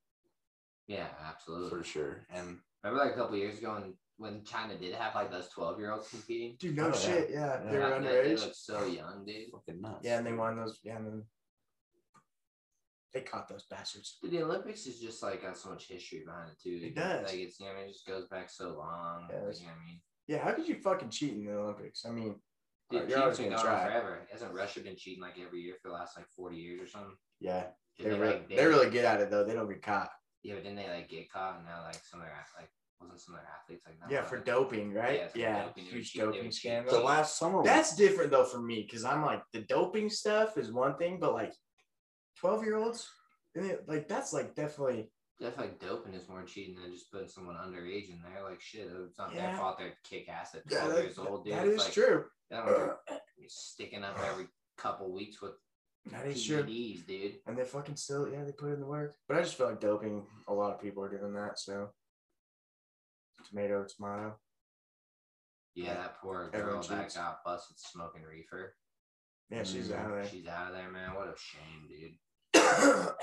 Speaker 2: Yeah, absolutely.
Speaker 4: for sure. And
Speaker 2: Remember like a couple years ago when, when China did have like those 12 year olds competing?
Speaker 3: dude, no
Speaker 4: Oh, yeah.
Speaker 3: shit, yeah,
Speaker 4: Yeah.
Speaker 3: they were
Speaker 2: Back then, They
Speaker 3: underage.
Speaker 2: looked so young, dude.
Speaker 4: fucking nuts.
Speaker 3: Yeah, and they won those. Yeah, and then they caught those bastards.
Speaker 2: Dude, the Olympics is just like got so much history behind it too.
Speaker 3: It does.
Speaker 2: Like it's you know, it just goes back so long.
Speaker 3: Yeah,
Speaker 2: like,
Speaker 3: it's-
Speaker 2: you know what I mean?
Speaker 3: Yeah, how could you fucking cheat in the Olympics? I mean,
Speaker 2: Dude,
Speaker 3: You're
Speaker 2: cheating's
Speaker 3: always
Speaker 2: been
Speaker 3: gonna
Speaker 2: going on
Speaker 3: try.
Speaker 2: forever. Hasn't Russia been cheating like every year for the last like 40 years or something?
Speaker 3: yeah,
Speaker 2: Did
Speaker 3: they really,
Speaker 2: like,
Speaker 3: they really good at it though. They don't get caught.
Speaker 2: yeah, but didn't they like get caught and now like some of their like wasn't some of their athletes like
Speaker 3: Yeah, for doping, right?
Speaker 2: Yeah, for
Speaker 3: Yeah,
Speaker 2: doping. They were
Speaker 3: huge
Speaker 2: cheat- they were
Speaker 3: doping
Speaker 2: cheat-
Speaker 3: scandal.
Speaker 4: The last summer.
Speaker 3: That's different though for me because I'm like the doping stuff is one thing, but like twelve year olds, like that's like definitely
Speaker 2: That's like doping is more cheating than just putting someone underage in there. Like shit, it's not
Speaker 3: Yeah.
Speaker 2: their fault they're kick ass at
Speaker 3: yeah,
Speaker 2: twelve
Speaker 3: that-
Speaker 2: years old, dude.
Speaker 3: that
Speaker 2: It's
Speaker 3: is
Speaker 2: like,
Speaker 3: true.
Speaker 2: they don't have to be sticking up every couple weeks with
Speaker 3: That is true.
Speaker 2: PEDs, dude.
Speaker 3: And they fucking still yeah they put in the work. But I just feel like doping. A lot of people are doing that. So tomato tomato.
Speaker 2: Yeah,
Speaker 3: Like,
Speaker 2: that poor girl
Speaker 3: everyone
Speaker 2: that
Speaker 3: cheats.
Speaker 2: got busted smoking reefer.
Speaker 3: Yeah, she's
Speaker 4: Mm.
Speaker 3: out of
Speaker 2: She's out of there, man. What a shame, dude.
Speaker 3: there.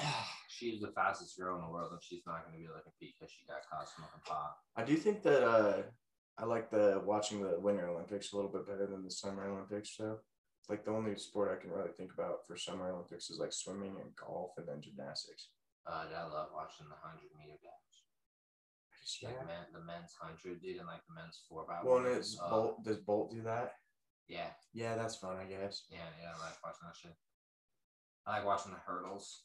Speaker 2: She's the fastest girl in the world, and she's not going to be able to compete because she got caught smoking pot.
Speaker 3: I do think that uh, I like the watching the Winter Olympics a little bit better than the Summer Olympics. So, like the only sport I can really think about for Summer Olympics is like swimming and golf and then gymnastics.
Speaker 2: Uh, dude, I love watching the hundred meter dash.
Speaker 3: I just-
Speaker 2: Like men, the men's hundred, dude, and like the men's four by
Speaker 3: Well,
Speaker 2: one.
Speaker 3: and is
Speaker 2: Uh,
Speaker 3: Bolt does Bolt do that?
Speaker 2: Yeah,
Speaker 3: Yeah, that's fun, I guess.
Speaker 2: yeah, yeah. I like watching that shit. I like watching the hurdles.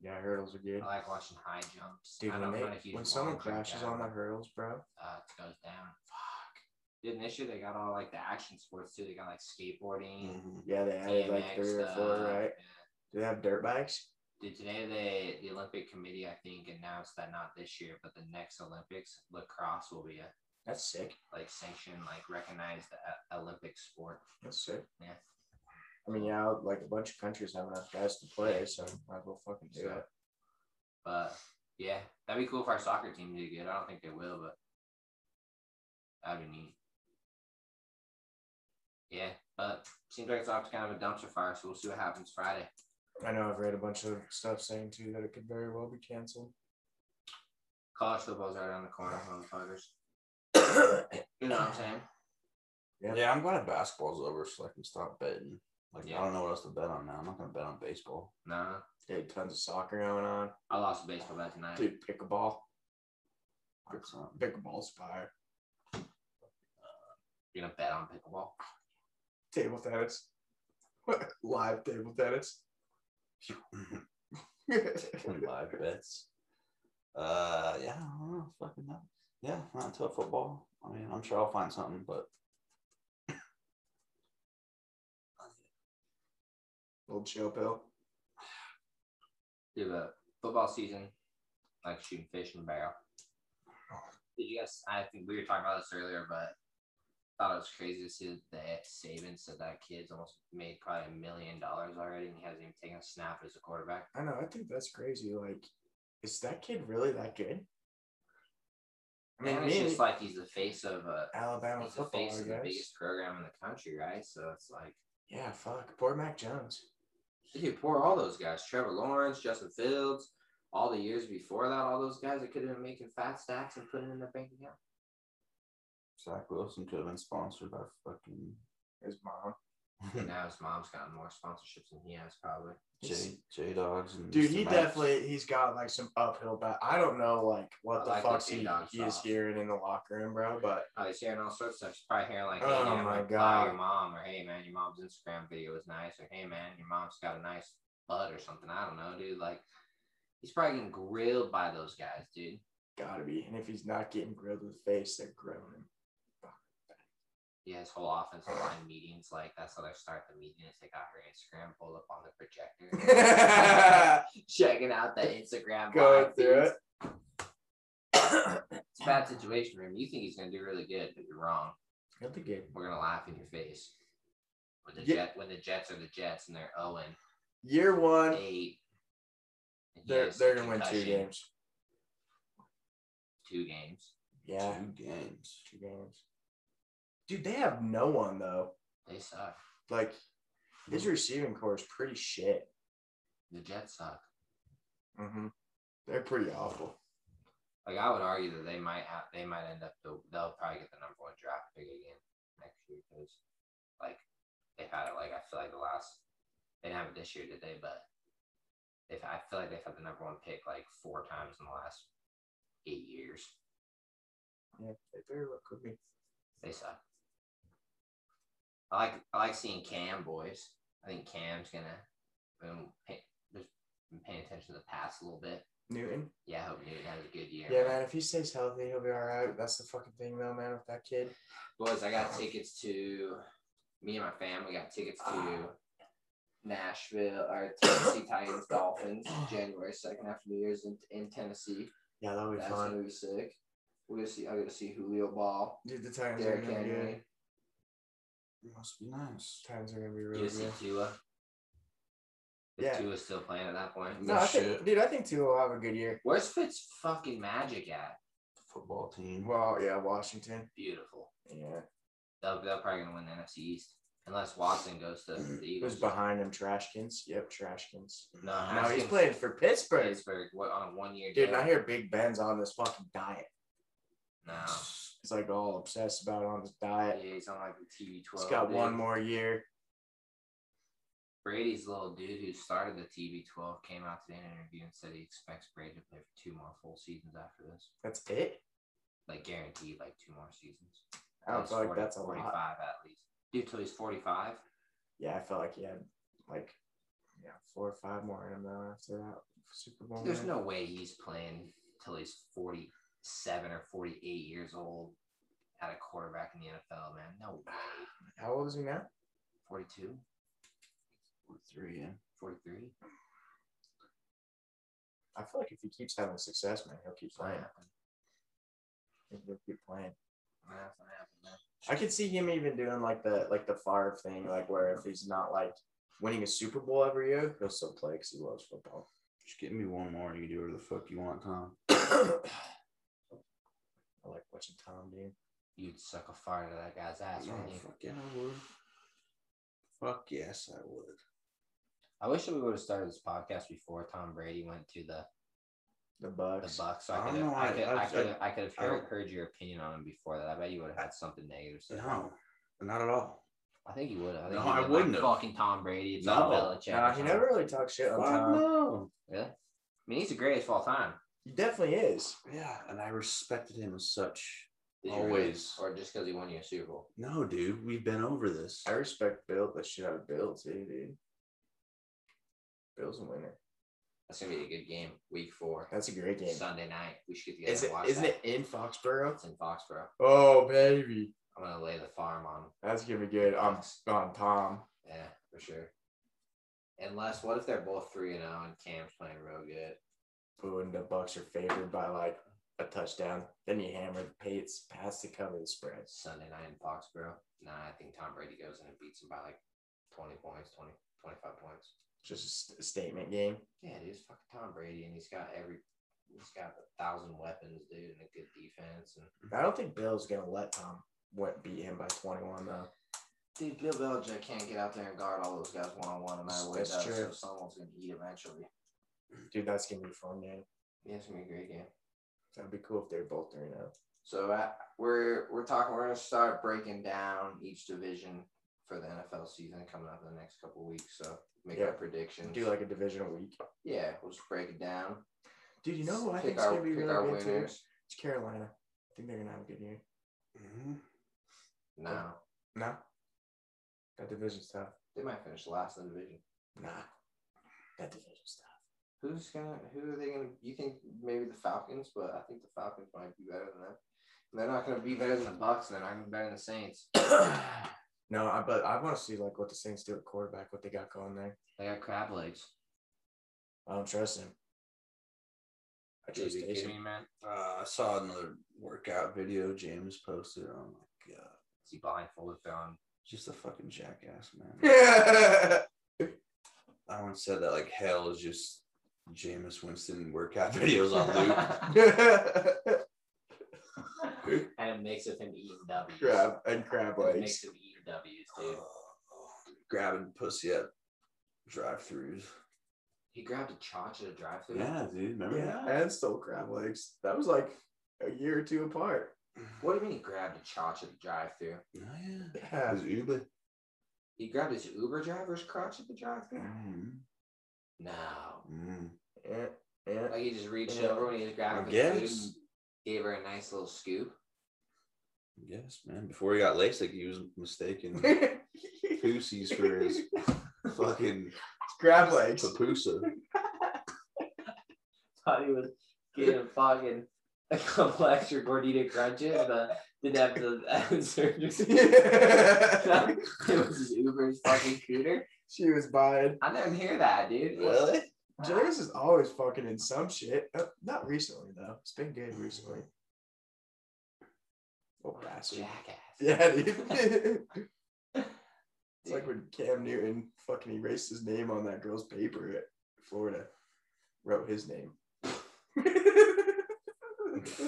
Speaker 3: Yeah, hurdles are good.
Speaker 2: I like watching high jumps.
Speaker 3: Dude,
Speaker 2: Uh, I
Speaker 3: when,
Speaker 2: don't-
Speaker 3: they,
Speaker 2: I'm not a huge
Speaker 3: when someone
Speaker 2: long jump
Speaker 3: crashes
Speaker 2: guy,
Speaker 3: on the
Speaker 2: but,
Speaker 3: hurdles, bro,
Speaker 2: uh, it goes down. Fuck. Dude, and this year they got all like the action sports too. They got like skateboarding,
Speaker 4: Mhm.
Speaker 3: yeah, they added like
Speaker 2: BMX
Speaker 3: three or four,
Speaker 2: stuff,
Speaker 3: right?
Speaker 2: yeah.
Speaker 3: Do they have dirt bikes?
Speaker 2: Dude, today the the Olympic Committee I think announced that not this year, but the next Olympics, lacrosse will be a
Speaker 3: That's sick.
Speaker 2: like sanctioned, like recognized uh, Olympic sport.
Speaker 3: That's sick.
Speaker 2: Yeah.
Speaker 3: I mean, yeah, like a bunch of countries have enough guys to play, so might as well fucking do
Speaker 2: So-
Speaker 3: it.
Speaker 2: But yeah, that'd be cool if our soccer team did good. I don't think they will, but that'd be neat. Yeah, but seems like it's off to kind of a dumpster fire, so we'll see what happens Friday.
Speaker 3: I know I've read a bunch of stuff saying too that it could very well be canceled.
Speaker 2: College football's right around the corner, motherfuckers. You know what I'm saying?
Speaker 4: Yeah, I'm glad basketball's over so I can stop betting. Like
Speaker 2: Yeah.
Speaker 4: I don't know what else to bet on now. I'm not gonna bet on baseball.
Speaker 2: No,
Speaker 3: Dude, tons of soccer going on.
Speaker 2: I lost a baseball bet tonight.
Speaker 3: Dude, pickleball.
Speaker 4: That's not-
Speaker 3: Pickleball's fire.
Speaker 2: You're gonna bet on pickleball.
Speaker 3: Table tennis. Live table tennis.
Speaker 4: fucking live bets. Uh, yeah, I don't know, fucking no. Yeah, not until football. I mean, I'm sure I'll find something, but
Speaker 3: Little chill pill.
Speaker 2: do the football season, like shooting fish in a barrel. Did you guys? I think we were talking about this earlier, but thought it was crazy to see that Saban said that kid's almost made probably a million dollars already, and he hasn't even taken a snap as a quarterback.
Speaker 3: I know. I think that's crazy. Like, is that kid really that good? I mean,
Speaker 2: Man,
Speaker 3: me
Speaker 2: it's
Speaker 3: and
Speaker 2: just like he's the face of a
Speaker 3: Alabama
Speaker 2: he's the
Speaker 3: football.
Speaker 2: face of
Speaker 3: I
Speaker 2: the
Speaker 3: guess.
Speaker 2: biggest program in the country, right? So it's like,
Speaker 3: Yeah, fuck. Poor Mac Jones.
Speaker 2: dude, poor all those guys: Trevor Lawrence, Justin Fields, all the years before that, all those guys that could have been making fat stacks and putting it in their bank account.
Speaker 4: Zach Wilson could have been sponsored by fucking
Speaker 3: His mom.
Speaker 2: And now his mom's got more sponsorships than he has, probably.
Speaker 4: J J Dogs and
Speaker 3: Dude,
Speaker 4: Mr.
Speaker 3: he
Speaker 4: Max.
Speaker 3: definitely he's got like some uphill bat. I don't know like
Speaker 2: I
Speaker 3: what the
Speaker 2: like
Speaker 3: fuck
Speaker 2: the
Speaker 3: he,
Speaker 2: J-Dog
Speaker 3: he is
Speaker 2: sauce.
Speaker 3: hearing in the locker room, bro. But
Speaker 2: Oh, he's hearing all sorts of stuff. He's probably hearing like, hey,
Speaker 3: Oh
Speaker 2: dude,
Speaker 3: my
Speaker 2: like,
Speaker 3: God.
Speaker 2: wow, your mom, or hey, man, your mom's Instagram video was nice, or hey, man, your mom's got a nice butt or something. I don't know, dude. Like, he's probably getting grilled by those guys, dude.
Speaker 3: gotta be. And if he's not getting grilled in the face, they're grilling him.
Speaker 2: Yeah, his whole offensive line meetings, like, that's how they start the meeting is they got her Instagram pulled up on the projector. Checking out the Instagram.
Speaker 3: Going
Speaker 2: live
Speaker 3: through
Speaker 2: feeds.
Speaker 3: it.
Speaker 2: It's a bad situation for him. You think he's going to do really good, but you're wrong.
Speaker 3: He'll be good.
Speaker 2: We're going to laugh in your face. When the,
Speaker 3: Yeah.
Speaker 2: jet, when the Jets are the Jets and they're Owen.
Speaker 3: Year one,
Speaker 2: eight. and he
Speaker 3: they're
Speaker 2: has
Speaker 3: they're
Speaker 2: a
Speaker 3: gonna win two
Speaker 2: concussion,
Speaker 3: games.
Speaker 2: Two games.
Speaker 3: Yeah,
Speaker 4: two games.
Speaker 3: two games. Dude, they have no one though.
Speaker 2: They suck.
Speaker 3: Like his receiving core is pretty shit.
Speaker 2: The Jets suck.
Speaker 3: Mm-hmm. They're pretty awful.
Speaker 2: Like I would argue that they might have, they might end up the, they'll probably get the number one draft pick again next year because like they've had it like I feel like the last they didn't have it this year did they but they've I feel like they've had the number one pick like four times in the last eight years.
Speaker 3: Yeah, they very well could be.
Speaker 2: They suck. I like I like seeing Cam boys. I think Cam's gonna been pay, just been paying attention to the pass a little bit.
Speaker 3: Newton.
Speaker 2: Yeah, I hope Newton has a good year.
Speaker 3: Yeah, man. If he stays healthy, he'll be all right. That's the fucking thing, though, man. With that kid.
Speaker 2: Boys, I got tickets to me and my family got tickets to Nashville or Tennessee Titans Dolphins January second after New Year's in, in Tennessee.
Speaker 3: Yeah, that'll be
Speaker 2: That's
Speaker 3: fun.
Speaker 2: gonna be sick. We're gonna see. I'm gonna see Julio Ball,
Speaker 3: Dude, the Titans are
Speaker 2: Derrick
Speaker 3: gonna be good.
Speaker 2: Henry.
Speaker 4: It must be nice.
Speaker 3: Titans are gonna be
Speaker 2: You
Speaker 3: really
Speaker 2: gonna see
Speaker 3: good.
Speaker 2: Tua? If
Speaker 3: Yeah.
Speaker 2: Tua's still playing at that point.
Speaker 3: No, I think,
Speaker 4: shit.
Speaker 3: dude, I think Tua will have a good year.
Speaker 2: Where's Fitz fucking magic at?
Speaker 4: Football team.
Speaker 3: Well, yeah, Washington.
Speaker 2: Beautiful.
Speaker 3: Yeah,
Speaker 2: They'll, they're probably gonna win the NFC East unless Watson goes to the
Speaker 3: he was
Speaker 2: Eagles.
Speaker 3: behind him. Trashkins. Yep, Trashkins.
Speaker 2: No,
Speaker 3: Now Mm-hmm. he's
Speaker 2: Haskins-
Speaker 3: playing for Pittsburgh.
Speaker 2: Pittsburgh. What on a one year
Speaker 3: Dude, and I hear Big Ben's on this fucking diet.
Speaker 2: No,
Speaker 3: He's like all obsessed about on this
Speaker 2: yeah,
Speaker 3: diet.
Speaker 2: he's on like the TV twelve.
Speaker 3: He's got
Speaker 2: dude.
Speaker 3: one more year.
Speaker 2: Brady's little dude who started the TV twelve came out today in an interview and said he expects Brady to play for two more full seasons after this,
Speaker 3: That's it.
Speaker 2: like guaranteed, like two more seasons.
Speaker 3: I don't
Speaker 2: He's
Speaker 3: feel like
Speaker 2: 40
Speaker 3: that's a
Speaker 2: forty-five
Speaker 3: lot.
Speaker 2: at least. Dude, till he's forty-five.
Speaker 3: Yeah, I felt like he had like yeah four or five more in him though after that Super Bowl.
Speaker 2: There's
Speaker 3: win.
Speaker 2: no way he's playing till he's forty-seven or forty-eight years old at a quarterback in the NFL, man. No way.
Speaker 3: How old is he now?
Speaker 2: 42,
Speaker 4: Three, yeah.
Speaker 2: 43?
Speaker 3: I feel like if he keeps having success, man, he'll keep
Speaker 2: It's not
Speaker 3: playing.
Speaker 2: happening.
Speaker 3: He'll keep playing.
Speaker 2: That's not happening, man.
Speaker 3: I could see him even doing like the like the Favre thing, like where if he's not like winning a Super Bowl every year, he'll still play because he loves football.
Speaker 4: Just give me one more. You can do whatever the fuck you want, Tom.
Speaker 3: I like watching Tom, dude.
Speaker 2: You'd suck a fart out of that guy's ass,
Speaker 4: No,
Speaker 2: wouldn't you?
Speaker 4: fuck yeah, I would. Fuck yes, I would.
Speaker 2: I wish that we would have started this podcast before Tom Brady went to the,
Speaker 3: The
Speaker 2: the
Speaker 3: Bucks.
Speaker 2: Bucks. So
Speaker 4: I
Speaker 2: I
Speaker 4: don't
Speaker 2: could have
Speaker 4: know
Speaker 2: I
Speaker 4: why-
Speaker 2: could
Speaker 4: I-
Speaker 2: I could have I could have
Speaker 4: I don't-
Speaker 2: heard, heard your opinion on him before that. I bet you would have had something negative. to say.
Speaker 4: No, not at all.
Speaker 2: I think you would have. I,
Speaker 4: No,
Speaker 2: think you
Speaker 4: I
Speaker 2: would've,
Speaker 4: wouldn't
Speaker 2: Like,
Speaker 4: have.
Speaker 2: fucking Tom Brady. It's
Speaker 4: No.
Speaker 2: all Belichick.
Speaker 3: Nah,
Speaker 2: or
Speaker 3: he
Speaker 2: something.
Speaker 3: never really talks shit on
Speaker 4: Fuck
Speaker 3: Tom.
Speaker 4: no.
Speaker 2: Really? I mean, he's the greatest of all time.
Speaker 3: He definitely is.
Speaker 4: Yeah, and I respected him as such.
Speaker 2: Did you really?
Speaker 4: Always.
Speaker 2: or just because he won you a Super Bowl.
Speaker 4: No, dude, we've been over this.
Speaker 3: I respect Bill, the shit out of Bill too, dude. Bill's a winner.
Speaker 2: That's gonna be a good game. Week four,
Speaker 3: That's a great game.
Speaker 2: Sunday night. We should get together
Speaker 3: Is
Speaker 2: and
Speaker 3: it?
Speaker 2: watch
Speaker 3: Isn't
Speaker 2: that.
Speaker 3: it in Foxborough?
Speaker 2: It's in Foxborough.
Speaker 3: Oh baby,
Speaker 2: I'm gonna lay the farm on him.
Speaker 3: that's gonna be good. On on Tom.
Speaker 2: Yeah, for sure. Unless, what if they're both three and zero and Cam's playing real good?
Speaker 3: Boo and the Bucks are favored by like a touchdown. Then you hammer the Pates past the cover the spreads.
Speaker 2: Sunday night in Foxborough. Nah, I think Tom Brady goes in and beats him by like 20 points, 20, 25 points.
Speaker 3: Just a st- a statement game.
Speaker 2: Yeah, dude, it's fucking Tom Brady, and he's got every, he's got a thousand weapons, dude, and a good defense. And
Speaker 3: I don't think Bill's gonna let Tom what beat him by 21 though.
Speaker 2: dude, Bill Belichick can't get out there and guard all those guys one on one, no matter what he
Speaker 3: That's
Speaker 2: does.
Speaker 3: true.
Speaker 2: So someone's gonna eat eventually.
Speaker 3: Dude, that's gonna be a fun game.
Speaker 2: Yeah, it's gonna be a great game.
Speaker 3: That'd be cool if they're both oh. 3 0.
Speaker 2: So uh, we're we're talking. We're gonna start breaking down each division for the NFL season coming up in the next couple weeks. So make
Speaker 3: Yeah.
Speaker 2: our predictions.
Speaker 3: Do like a divisional week.
Speaker 2: yeah, we'll just break it down.
Speaker 3: Dude, you know who I
Speaker 2: Pick
Speaker 3: think's
Speaker 2: our-
Speaker 3: gonna be
Speaker 2: pick
Speaker 3: really
Speaker 2: our
Speaker 3: good too?
Speaker 2: winners.
Speaker 3: It's Carolina. I think they're gonna have a good year.
Speaker 4: Mhm.
Speaker 2: No,
Speaker 3: No. That division's tough.
Speaker 2: they might finish last in the division.
Speaker 3: Nah. That division's tough.
Speaker 2: Who's gonna? Who are they gonna? You think maybe the Falcons, but I think the Falcons might be better than them. And they're not gonna be better than the Bucks. and They're not gonna be better than the Saints.
Speaker 3: no, I, but I want to see like what the Saints do at quarterback, what they got going there.
Speaker 2: They got crab legs.
Speaker 3: I don't trust him. I
Speaker 2: Dude,
Speaker 3: trust
Speaker 2: you kidding
Speaker 3: Taysom.
Speaker 2: me, man?
Speaker 4: Uh, I saw another workout video James posted. Oh my god,
Speaker 2: Is he blindfolded throwing?
Speaker 4: just a fucking jackass, man.
Speaker 3: Yeah.
Speaker 4: I once said that like hell is just Jameis Winston workout videos on loop.
Speaker 2: and it makes of him eating W's.
Speaker 3: crab and crab
Speaker 2: It
Speaker 3: legs.
Speaker 2: makes him eating W's, dude.
Speaker 4: Grabbing pussy at drive-throughs.
Speaker 2: He grabbed a chotch at a drive-through.
Speaker 4: Yeah, dude. Remember
Speaker 3: Yeah,
Speaker 4: that?
Speaker 3: and still crab legs. That was like a year or two apart.
Speaker 2: What do you mean he grabbed a chotch at the drive-through?
Speaker 4: Oh, yeah. It
Speaker 3: Yeah.
Speaker 4: was Uber.
Speaker 2: He grabbed his Uber driver's crotch at the drive-through.
Speaker 4: Mhm.
Speaker 2: No.
Speaker 4: Mhm.
Speaker 3: Yeah. yeah.
Speaker 2: Like he just reached
Speaker 3: Yeah.
Speaker 2: over and he just
Speaker 4: I
Speaker 2: grabbed the food,
Speaker 4: guess.
Speaker 2: gave her a nice little scoop.
Speaker 4: Yes, man. Before he got LASIK, he was mistaken pussies for his fucking
Speaker 3: crab legs.
Speaker 4: pupusa.
Speaker 2: thought he was getting fucking a complex or gordita crunches, but didn't have the surgery. it was Uber's fucking cooter.
Speaker 3: she was buying.
Speaker 2: I didn't hear that, dude.
Speaker 4: Really?
Speaker 3: James is always fucking in some shit. Uh, not recently though. It's been good recently. Oh, bastard.
Speaker 2: Jackass.
Speaker 3: Yeah, dude. it's like when Cam Newton fucking erased his name on that girl's paper at Florida, wrote his name.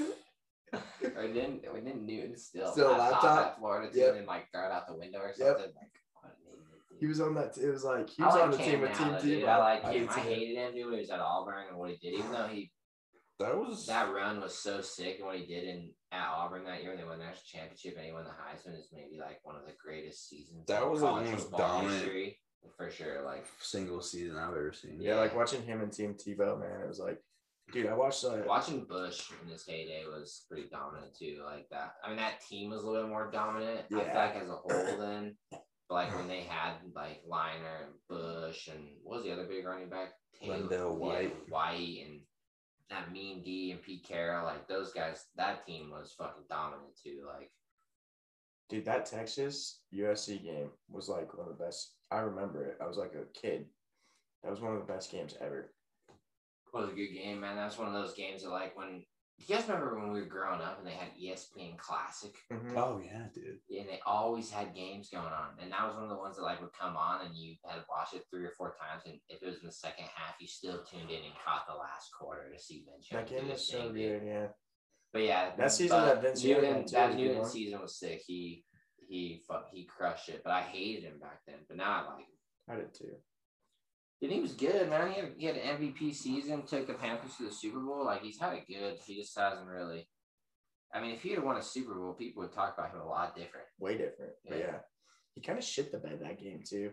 Speaker 2: or didn't or didn't Newton still
Speaker 3: Still a laptop?
Speaker 2: at Florida team
Speaker 3: Yep.
Speaker 2: and like throw it out the window or
Speaker 3: Yep.
Speaker 2: something? Like what an idiot, dude.
Speaker 3: he was on that. It was like he
Speaker 2: I
Speaker 3: was
Speaker 2: like
Speaker 3: on the
Speaker 2: Cam
Speaker 3: team with Team
Speaker 2: now, though,
Speaker 3: Tebow.
Speaker 2: dude. I like him.
Speaker 3: did
Speaker 2: I
Speaker 3: too.
Speaker 2: hated him dude when he was at Auburn and what he did, even though he
Speaker 4: That was
Speaker 2: that run was so sick and what he did in at Auburn that year when they won the national championship and he won the Heisman is maybe like one of the greatest seasons.
Speaker 4: That
Speaker 2: in
Speaker 4: was, like,
Speaker 2: college
Speaker 4: one of the most
Speaker 2: football
Speaker 4: dominant-
Speaker 2: history, for sure. Like
Speaker 4: single season I've ever seen.
Speaker 3: Yeah, like watching him and Team Tebow, man. It was like, dude, I watched like
Speaker 2: watching Bush in his heyday was pretty dominant too. Like that. I mean, that team was a little bit more dominant. I feel
Speaker 3: Yeah.
Speaker 2: like as a whole then. But like when they had like Liner and Bush and what was the other big running back?
Speaker 4: Lindell White.
Speaker 2: yeah, White and that mean D and Pete Carroll, like those guys, that team was fucking dominant too. Like
Speaker 3: Dude, that Texas USC game was like one of the best. I remember it. I was like a kid. That was one of the best games ever.
Speaker 2: was a good game, man. That's one of those games that like when do you guys remember when we were growing up and they had E ESPN Classic
Speaker 4: Oh yeah, dude.
Speaker 2: and they always had games going on. And that was one of the ones that like would come on and you had watched it three or four times. And if it was in the second half, you still tuned in and caught the last quarter to see Vince.
Speaker 3: That
Speaker 2: Young do
Speaker 3: game
Speaker 2: his
Speaker 3: was so
Speaker 2: thing, dude.
Speaker 3: good. Yeah.
Speaker 2: But yeah,
Speaker 3: That season
Speaker 2: but
Speaker 3: that Vince Young
Speaker 2: Newton,
Speaker 3: had, too, was
Speaker 2: that
Speaker 3: a good
Speaker 2: Newton
Speaker 3: one.
Speaker 2: season was sick. He he fu- he crushed it. But I hated him back then. But now I like him.
Speaker 3: I did too.
Speaker 2: And he was good, man. He had, he had an MVP season, took the Panthers to the Super Bowl. Like, he's had it good. He just hasn't really. I mean, if he had won a Super Bowl, people would talk about him a lot different.
Speaker 3: Way different. But
Speaker 2: Yeah.
Speaker 3: yeah. He kind of shit the bed that game too.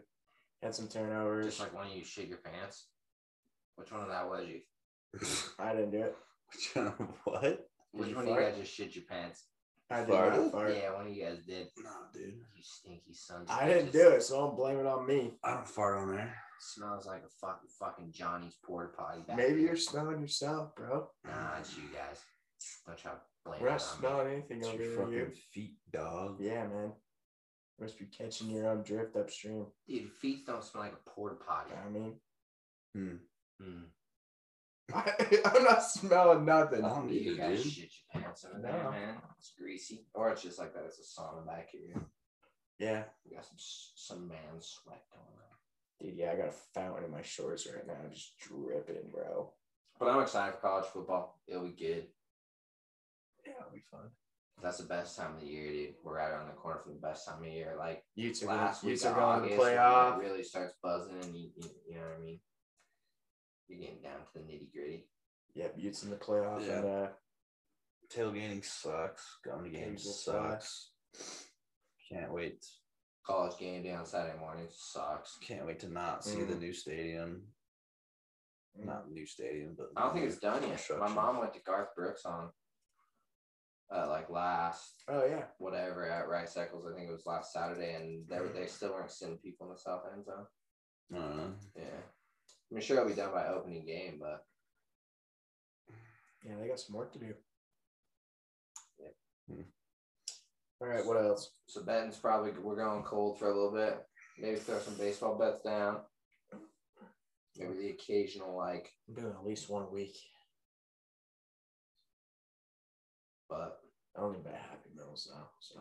Speaker 3: Had some turnovers.
Speaker 2: Just like when you shit your pants. Which one of that was you?
Speaker 3: I didn't do it.
Speaker 4: what?
Speaker 2: Which
Speaker 3: you
Speaker 2: one of you
Speaker 3: fart?
Speaker 2: guys just shit your pants?
Speaker 3: I did
Speaker 4: Farted?
Speaker 3: not fart.
Speaker 2: Yeah, one of you guys did.
Speaker 4: No, dude.
Speaker 2: You stinky sons. of
Speaker 3: I didn't
Speaker 2: bitches.
Speaker 3: do it, so don't blame it on me.
Speaker 4: I don't fart on there.
Speaker 2: Smells like a fucking fucking Johnny's porta potty. back
Speaker 3: Maybe
Speaker 2: there.
Speaker 3: you're smelling yourself, bro.
Speaker 2: Nah, it's you guys. Don't try to blame
Speaker 3: We're
Speaker 2: it
Speaker 3: not
Speaker 2: on me.
Speaker 3: smelling anything
Speaker 4: It's
Speaker 3: over
Speaker 4: your
Speaker 3: here.
Speaker 4: fucking
Speaker 3: you.
Speaker 4: feet, dog.
Speaker 3: Yeah, man. Must be catching your own drift upstream.
Speaker 2: Dude, feet don't smell like a porta potty.
Speaker 3: I mean,
Speaker 4: Hmm.
Speaker 2: Mm.
Speaker 3: I, I'm not smelling nothing.
Speaker 4: I don't
Speaker 2: You
Speaker 4: need
Speaker 2: guys
Speaker 4: it, dude.
Speaker 2: shit your pants over
Speaker 3: No.
Speaker 2: there, man. It's greasy, or it's just like that. It's a sauna back here.
Speaker 3: Yeah.
Speaker 2: We got some s- some man sweat going on.
Speaker 3: Dude, yeah, I got a fountain in my shorts right now, just dripping, bro.
Speaker 2: But I'm excited for college football. It'll be good.
Speaker 3: Yeah, it'll be fun.
Speaker 2: That's the best time of the year, dude. We're right around the corner from the best time of year. Like
Speaker 3: Utes are going,
Speaker 2: last week,
Speaker 3: Utes are
Speaker 2: of
Speaker 3: going to
Speaker 2: August,
Speaker 3: the
Speaker 2: when
Speaker 3: playoff.
Speaker 2: It really starts buzzing, and you, you, you know what I mean. You're getting down to the nitty gritty.
Speaker 3: Yep, Utes in the playoff.
Speaker 4: Yeah.
Speaker 3: And uh,
Speaker 4: Tailgating sucks. Going to games
Speaker 3: Games will
Speaker 4: sucks. Can't wait.
Speaker 2: College game day on Saturday morning sucks.
Speaker 4: Can't wait to not see the
Speaker 3: Mm.
Speaker 4: new stadium. Not new stadium, but
Speaker 2: I don't think
Speaker 4: new
Speaker 2: it's done yet. My
Speaker 4: construction.
Speaker 2: mom went to Garth Brooks on, uh, like last
Speaker 3: oh, yeah.
Speaker 2: whatever at Rice Eccles. I think it was last Saturday, and they were, they still weren't sending people in the south end zone.
Speaker 4: I don't know.
Speaker 2: Yeah, I'm sure it'll be done by opening game, but
Speaker 3: Yeah, they got some work to do.
Speaker 2: Yep.
Speaker 4: Hmm.
Speaker 3: All right, what else?
Speaker 2: so betting's probably we're going cold for a little bit. Maybe throw some baseball bets down. Maybe the occasional like,
Speaker 3: I'm doing at least one a week.
Speaker 2: but
Speaker 3: I don't even bet happy meals, though. So,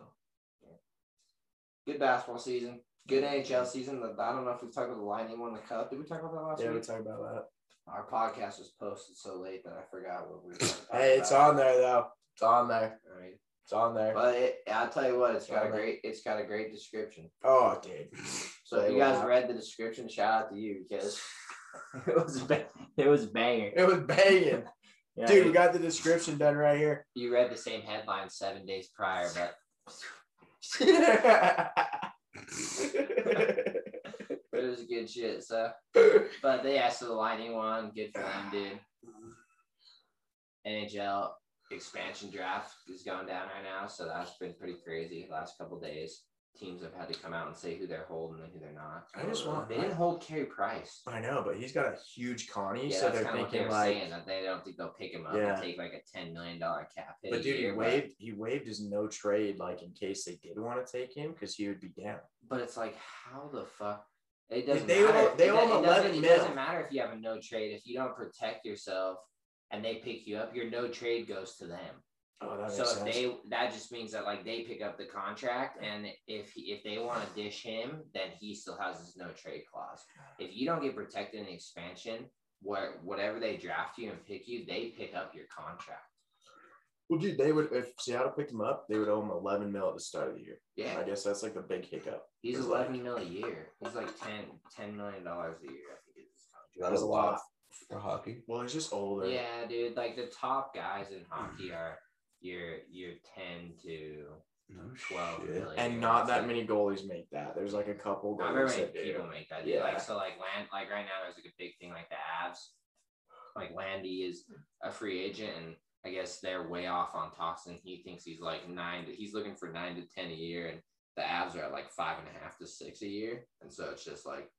Speaker 2: good basketball season. Good NHL season. The- I don't know if we talked about the Lightning won the cup. Did we talk about that last
Speaker 3: yeah, we
Speaker 2: week?
Speaker 3: talked about that.
Speaker 2: Our podcast was posted so late that I forgot what we were talking
Speaker 3: Hey, it's
Speaker 2: about.
Speaker 3: on there, though. It's on there.
Speaker 2: All right.
Speaker 3: It's on there.
Speaker 2: But it, I'll tell you what, it's got a
Speaker 3: Sorry.
Speaker 2: great, it's got a great description.
Speaker 3: Oh, dude.
Speaker 2: So if
Speaker 3: They
Speaker 2: you guys
Speaker 3: were-
Speaker 2: read the description, shout out to you because it was ba- it was banger.
Speaker 3: It was banging.
Speaker 2: Yeah,
Speaker 3: Dude,
Speaker 2: you,
Speaker 3: we got the description done right here.
Speaker 2: you read the same headline seven days prior, but
Speaker 3: yeah,
Speaker 2: but it was good shit. So, but they asked for the Lightning one. Good for them, dude. NHL expansion draft is going down right now, so that's been pretty crazy last couple days. teams have had to come out and say who they're holding and who they're not.
Speaker 3: I just want-
Speaker 2: They didn't hold Carey Price.
Speaker 3: I know, but he's got a huge Connie,
Speaker 2: Yeah,
Speaker 3: so
Speaker 2: that's
Speaker 3: they're
Speaker 2: kind of what they
Speaker 3: thinking
Speaker 2: were
Speaker 3: like.
Speaker 2: saying that they don't think they'll pick him up
Speaker 3: Yeah.
Speaker 2: and take like a ten million dollar cap hit. a
Speaker 3: But dude, he
Speaker 2: year,
Speaker 3: waived. He waived his no trade, like in case they did want to take him, because he would be down.
Speaker 2: But it's like, how the fuck? It doesn't
Speaker 3: They
Speaker 2: matter.
Speaker 3: own-
Speaker 2: if-
Speaker 3: they
Speaker 2: it
Speaker 3: own
Speaker 2: doesn't-
Speaker 3: 11
Speaker 2: It
Speaker 3: mil.
Speaker 2: doesn't matter if you have a no trade. If you don't protect yourself and they pick you up, your no trade goes to them.
Speaker 3: Oh, that
Speaker 2: so if they that just means that like they pick up the contract, and if he, if they want to dish him, then he still has his no trade clause. If you don't get protected in the expansion, where whatever they draft you and pick you, they pick up your contract.
Speaker 3: well, dude, they would if Seattle picked him up, they would owe him eleven mil at the start of the year.
Speaker 2: Yeah,
Speaker 3: I guess that's like the big hiccup.
Speaker 2: he's
Speaker 3: It's
Speaker 2: eleven mil a year. He's like 10, 10 million dollars a year. I think is his contract.
Speaker 4: That's a lot for hockey.
Speaker 3: Well, he's just older.
Speaker 2: Yeah, dude. Like the top guys in hockey are your your ten to
Speaker 4: No
Speaker 2: twelve
Speaker 4: Oh, shit.
Speaker 2: million.
Speaker 3: And not that
Speaker 2: Like,
Speaker 3: many goalies make that. There's like a couple
Speaker 2: Not very
Speaker 3: goalies
Speaker 2: many
Speaker 3: that do.
Speaker 2: people make that. Dude.
Speaker 3: Yeah.
Speaker 2: Like so, like land, like right now, there's like a big thing like the Avs. Like Landy is a free agent, and I guess they're way off on Toxin. He thinks he's like nine. To, he's looking for nine to ten a year, and the Avs are at like five and a half to six a year. And so it's just like,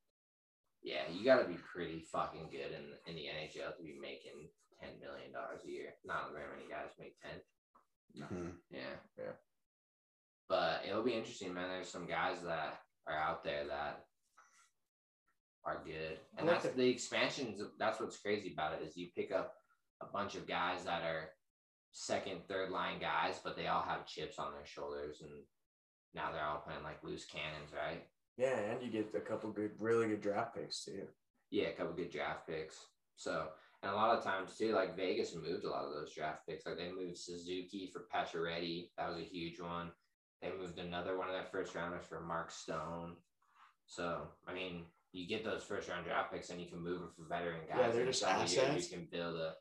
Speaker 2: yeah, you got to be pretty fucking good in in the NHL to be making ten million dollars a year. Not very many guys make ten.
Speaker 4: Hmm.
Speaker 2: Yeah.
Speaker 3: Yeah.
Speaker 2: But it'll be interesting, man. There's some guys that are out there that are good.
Speaker 3: I
Speaker 2: And
Speaker 3: like
Speaker 2: that's
Speaker 3: it.
Speaker 2: the expansions that's what's crazy about it is you pick up a bunch of guys that are second, third line guys, but they all have chips on their shoulders and now they're all playing like loose cannons, right?
Speaker 3: Yeah, and you get a couple good, really good draft picks too.
Speaker 2: Yeah, a couple good draft picks. So, and a lot of times too, like Vegas moved a lot of those draft picks. Like they moved Suzuki for Pacioretty. That was a huge one. They moved another one of their first rounders for Mark Stone. So, I mean, you get those first round draft picks and you can move them for veteran guys.
Speaker 3: Yeah, they're
Speaker 2: and
Speaker 3: just
Speaker 2: every year
Speaker 3: assets.
Speaker 2: You can build a.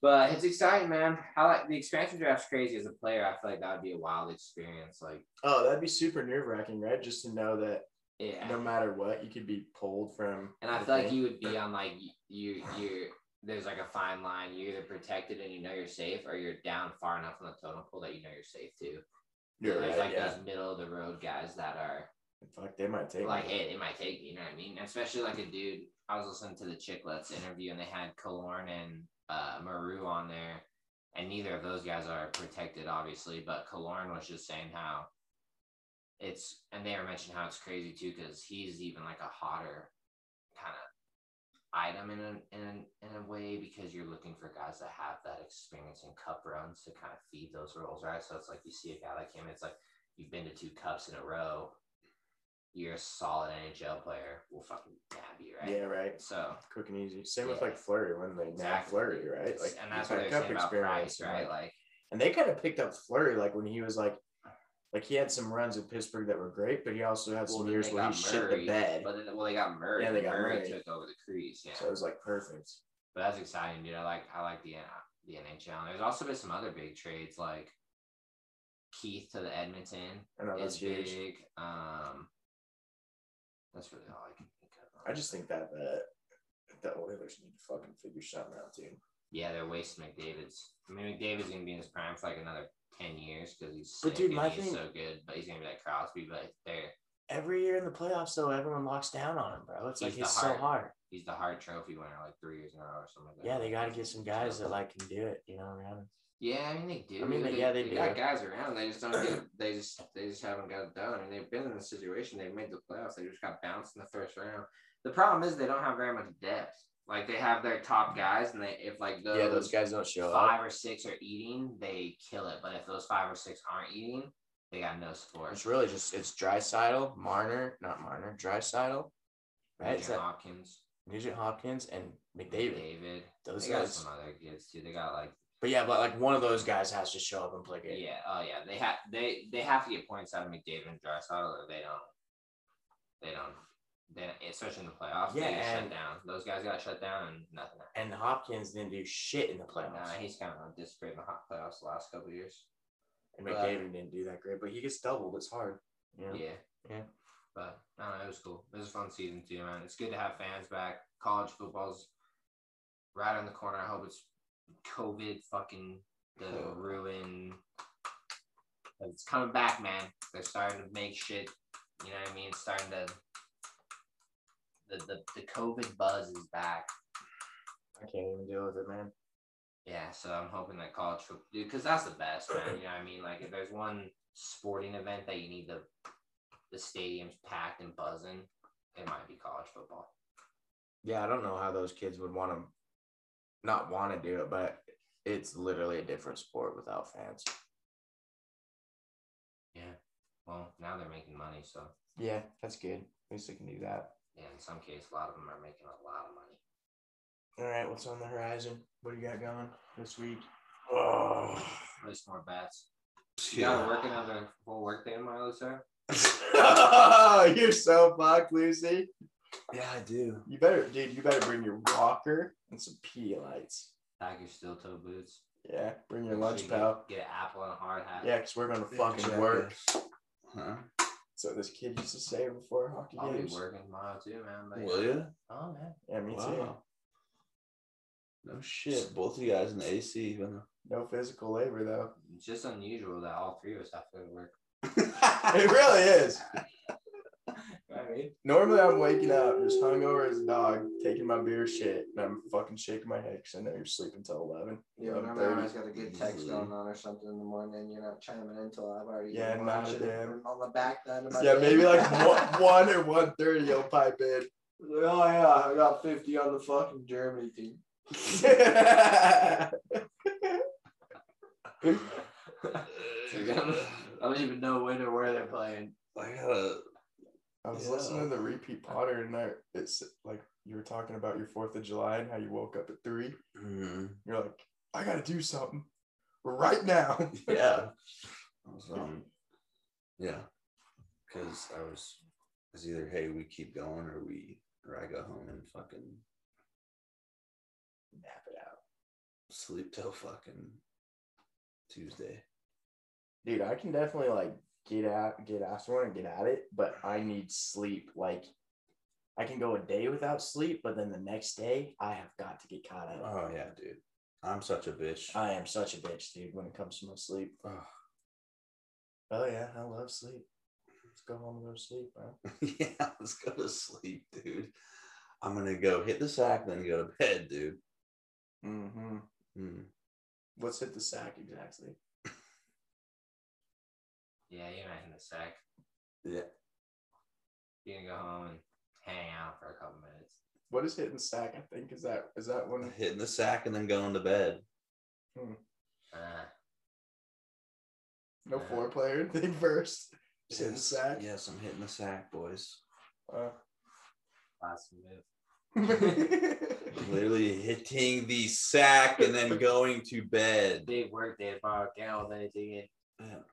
Speaker 2: But it's exciting, man. I like the expansion draft's crazy as a player. I feel like that would be a wild experience. Like,
Speaker 3: Oh, that'd be super nerve wracking, right? Just to know that
Speaker 2: yeah.
Speaker 3: no matter what, you could be pulled from.
Speaker 2: And I
Speaker 3: the
Speaker 2: feel like
Speaker 3: thing.
Speaker 2: you would be on like y- you you there's like a fine line. You're either protected and you know you're safe, or you're down far enough on the totem pole that you know you're safe too.
Speaker 3: You're
Speaker 2: there's
Speaker 3: right,
Speaker 2: like
Speaker 3: yeah.
Speaker 2: these middle of the road guys that are
Speaker 3: Fuck, they might take.
Speaker 2: like,
Speaker 3: me.
Speaker 2: hey, they might take you. You know what I mean? Especially like a dude. I was listening to the Chicklets interview and they had Kalorn and uh, Maru on there, and neither of those guys are protected, obviously. But Kalorn was just saying how it's, and they were mentioning how it's crazy too because he's even like a hotter kind of item in a, in a, in a way because you're looking for guys that have that experience in cup runs to kind of feed those roles, right? So it's like you see a guy like him, it's like you've been to two cups in a row. You're a solid NHL player. We'll fucking nab you, right?
Speaker 3: Yeah, right.
Speaker 2: So
Speaker 3: Quick and easy. Same with
Speaker 2: Yeah.
Speaker 3: like Flurry when they nabbed
Speaker 2: Exactly.
Speaker 3: Flurry, right? Like,
Speaker 2: and that's
Speaker 3: he's got
Speaker 2: what they're saying about Price, right?
Speaker 3: and, like-
Speaker 2: Like,
Speaker 3: and they kind of picked up Flurry like when he was like, like he had some runs at Pittsburgh that were great, but he also had
Speaker 2: well,
Speaker 3: some
Speaker 2: then
Speaker 3: years
Speaker 2: they
Speaker 3: where he
Speaker 2: got
Speaker 3: shit
Speaker 2: Murray,
Speaker 3: the bed.
Speaker 2: But then, well, they got Murray.
Speaker 3: Yeah, they got
Speaker 2: Murray,
Speaker 3: Murray.
Speaker 2: took over the crease. Yeah.
Speaker 3: So it was like perfect.
Speaker 2: But that's exciting, dude. I like I like the N- the NHL. And there's also been some other big trades like Keith to the Edmonton
Speaker 3: I know Oh, that's
Speaker 2: is
Speaker 3: huge.
Speaker 2: big. Um, that's really all I can think of.
Speaker 3: I just think that the the Oilers need to fucking figure something out, dude.
Speaker 2: yeah, they're wasting McDavid's. I mean, McDavid's gonna be in his prime for like another ten years because he's
Speaker 3: But,
Speaker 2: sick
Speaker 3: dude,
Speaker 2: and
Speaker 3: my
Speaker 2: he's
Speaker 3: thing-
Speaker 2: so good. But he's gonna be like Crosby. But there,
Speaker 3: Every year in the playoffs, though, everyone locks down on him, bro. It's like
Speaker 2: He's the
Speaker 3: it's
Speaker 2: heart.
Speaker 3: so hard.
Speaker 2: he's the Hart Trophy winner like three years in a row or something. Like that.
Speaker 1: Yeah, they got to get some guys that like can do it. You know, around.
Speaker 2: Yeah, I mean they do.
Speaker 1: I mean, they- yeah, they do.
Speaker 2: got guys around. They just don't get. They just they just haven't got it done. I mean, they've been in the situation. They've made the playoffs. They just got bounced in the first round. The problem is they don't have very much depth. Like they have their top guys, and they if like those,
Speaker 1: Yeah, those guys don't show up.
Speaker 2: five or six are eating, they kill it. But if those five or six aren't eating, they got no support.
Speaker 1: It's really just it's Drysidle, Marner, not Marner, Drysidle, right? Is
Speaker 2: Nugent
Speaker 1: that
Speaker 2: Hopkins,
Speaker 1: Nugent Hopkins and McDavid?
Speaker 2: David.
Speaker 1: Those
Speaker 2: They got
Speaker 1: guys.
Speaker 2: some other kids too. They got like
Speaker 1: But yeah, but like one of those guys has to show up and play
Speaker 2: yeah,
Speaker 1: good.
Speaker 2: oh yeah. They have they they have to get points out of McDavid and Drysdale, or they don't. They don't. They don't- especially in the playoffs.
Speaker 1: Yeah,
Speaker 2: they get shut
Speaker 1: and-
Speaker 2: down. Those guys got shut down and nothing.
Speaker 1: And
Speaker 2: happened.
Speaker 1: Hopkins didn't do shit in the playoffs.
Speaker 2: Nah, he's kind of disappeared in the hot playoffs the last couple of years.
Speaker 1: and
Speaker 2: but-
Speaker 1: McDavid.
Speaker 3: David didn't do that great, but he gets doubled. It's hard.
Speaker 1: you know?
Speaker 2: Yeah.
Speaker 1: Yeah.
Speaker 2: But I don't know, it was cool. It was a fun season too, man. It's good to have fans back. College football's right on the corner. I hope it's COVID fucking the
Speaker 4: Oh.
Speaker 2: ruin It's coming back, man. They're starting to make shit. You know what I mean? It's starting to. The, the, the COVID buzz is back.
Speaker 3: I can't even deal with it, man.
Speaker 2: Yeah, so I'm hoping that college football, dude, because that's the best, man. You know what I mean? Like, if there's one sporting event that you need the the stadium's packed and buzzing, it might be college football.
Speaker 1: Yeah, I don't know how those kids would want to not want to do it, but it's literally a different sport without fans.
Speaker 2: Yeah. Well, now they're making money, so
Speaker 1: Yeah, that's good. At least they can do that.
Speaker 2: yeah, in some case, a lot of them are making a lot of money.
Speaker 3: All right, what's on the horizon? What do you got going this week?
Speaker 4: Oh,
Speaker 2: Place more bets. You gotta
Speaker 4: yeah.
Speaker 2: work another full work day tomorrow, sir.
Speaker 3: You're so fucked, Lucy.
Speaker 4: yeah, I do.
Speaker 3: You better, dude. You better bring your walker and some pea lights.
Speaker 2: Pack your steel toe boots.
Speaker 3: Yeah, bring your
Speaker 2: Make sure
Speaker 3: lunch
Speaker 2: you
Speaker 3: pal.
Speaker 2: Get, get an apple and a hard hat.
Speaker 3: Yeah, because we're gonna fucking
Speaker 4: Exactly.
Speaker 3: work.
Speaker 4: Huh?
Speaker 3: So this kid used to say before hockey
Speaker 2: I'll be
Speaker 3: games.
Speaker 2: working tomorrow too, man. But
Speaker 4: Will you?
Speaker 2: Oh man.
Speaker 3: Yeah, me too.
Speaker 4: Wow. No shit. Both of you guys in the AC. you know.
Speaker 3: No physical labor though.
Speaker 2: It's just unusual that all three of us have to go to work.
Speaker 3: It really is.
Speaker 2: I mean,
Speaker 3: Normally I'm waking up just hungover as a dog, taking my beer shit, and I'm fucking shaking my head because I know you're sleeping till eleven.
Speaker 5: Yeah,
Speaker 3: eleven
Speaker 5: remember I
Speaker 3: thirty.
Speaker 5: always got a good text
Speaker 4: Easily.
Speaker 5: going on or something in the morning, and you're not chiming in till I've already
Speaker 3: Yeah,
Speaker 5: been
Speaker 3: not a
Speaker 5: watching it
Speaker 3: damn-
Speaker 5: from on the back end of my
Speaker 3: Yeah,
Speaker 5: day.
Speaker 3: maybe like one, one or one thirty, you'll pipe in.
Speaker 5: Oh yeah, I got fifty on the fucking Germany team.
Speaker 2: I don't even know when or where they're playing.
Speaker 4: I gotta.
Speaker 3: I was
Speaker 4: Yeah.
Speaker 3: listening to the repeat Potter and I, it's like you were talking about your Fourth of July and how you woke up at three.
Speaker 4: Mhm.
Speaker 3: You're like, I gotta do something right now.
Speaker 4: Yeah. I was, um, yeah. Because I was. It's either hey we keep going or we or I go home and fucking
Speaker 3: Nap it out.
Speaker 4: sleep till fucking Tuesday.
Speaker 3: Dude, I can definitely like get out, get after one and get at it, but I need sleep. Like, I can go a day without sleep, but then the next day I have got to get caught up.
Speaker 4: Oh yeah, dude. I'm such a bitch.
Speaker 3: I am such a bitch, dude, when it comes to my sleep.
Speaker 4: Ugh.
Speaker 3: Oh yeah, I love sleep. Let's go home and go to sleep, bro.
Speaker 4: yeah, let's go to sleep, dude. I'm gonna go hit the sack, then go to bed, dude.
Speaker 3: Mm-hmm.
Speaker 4: Hmm.
Speaker 3: Let's hit the sack exactly.
Speaker 2: Yeah, you're not in the sack.
Speaker 4: Yeah.
Speaker 2: You're gonna go home and hang out for a couple minutes.
Speaker 3: What is hitting sack? I think is that is that one.
Speaker 4: Hitting the sack and then going to bed.
Speaker 2: Uh,
Speaker 3: No four player thing first. Just hitting
Speaker 4: Yes,
Speaker 3: sack.
Speaker 4: Yes, I'm hitting the sack, boys.
Speaker 3: Uh.
Speaker 2: last move.
Speaker 4: Literally hitting the sack and then going to bed.
Speaker 2: Big work day tomorrow. Count with anything in.
Speaker 4: Yeah.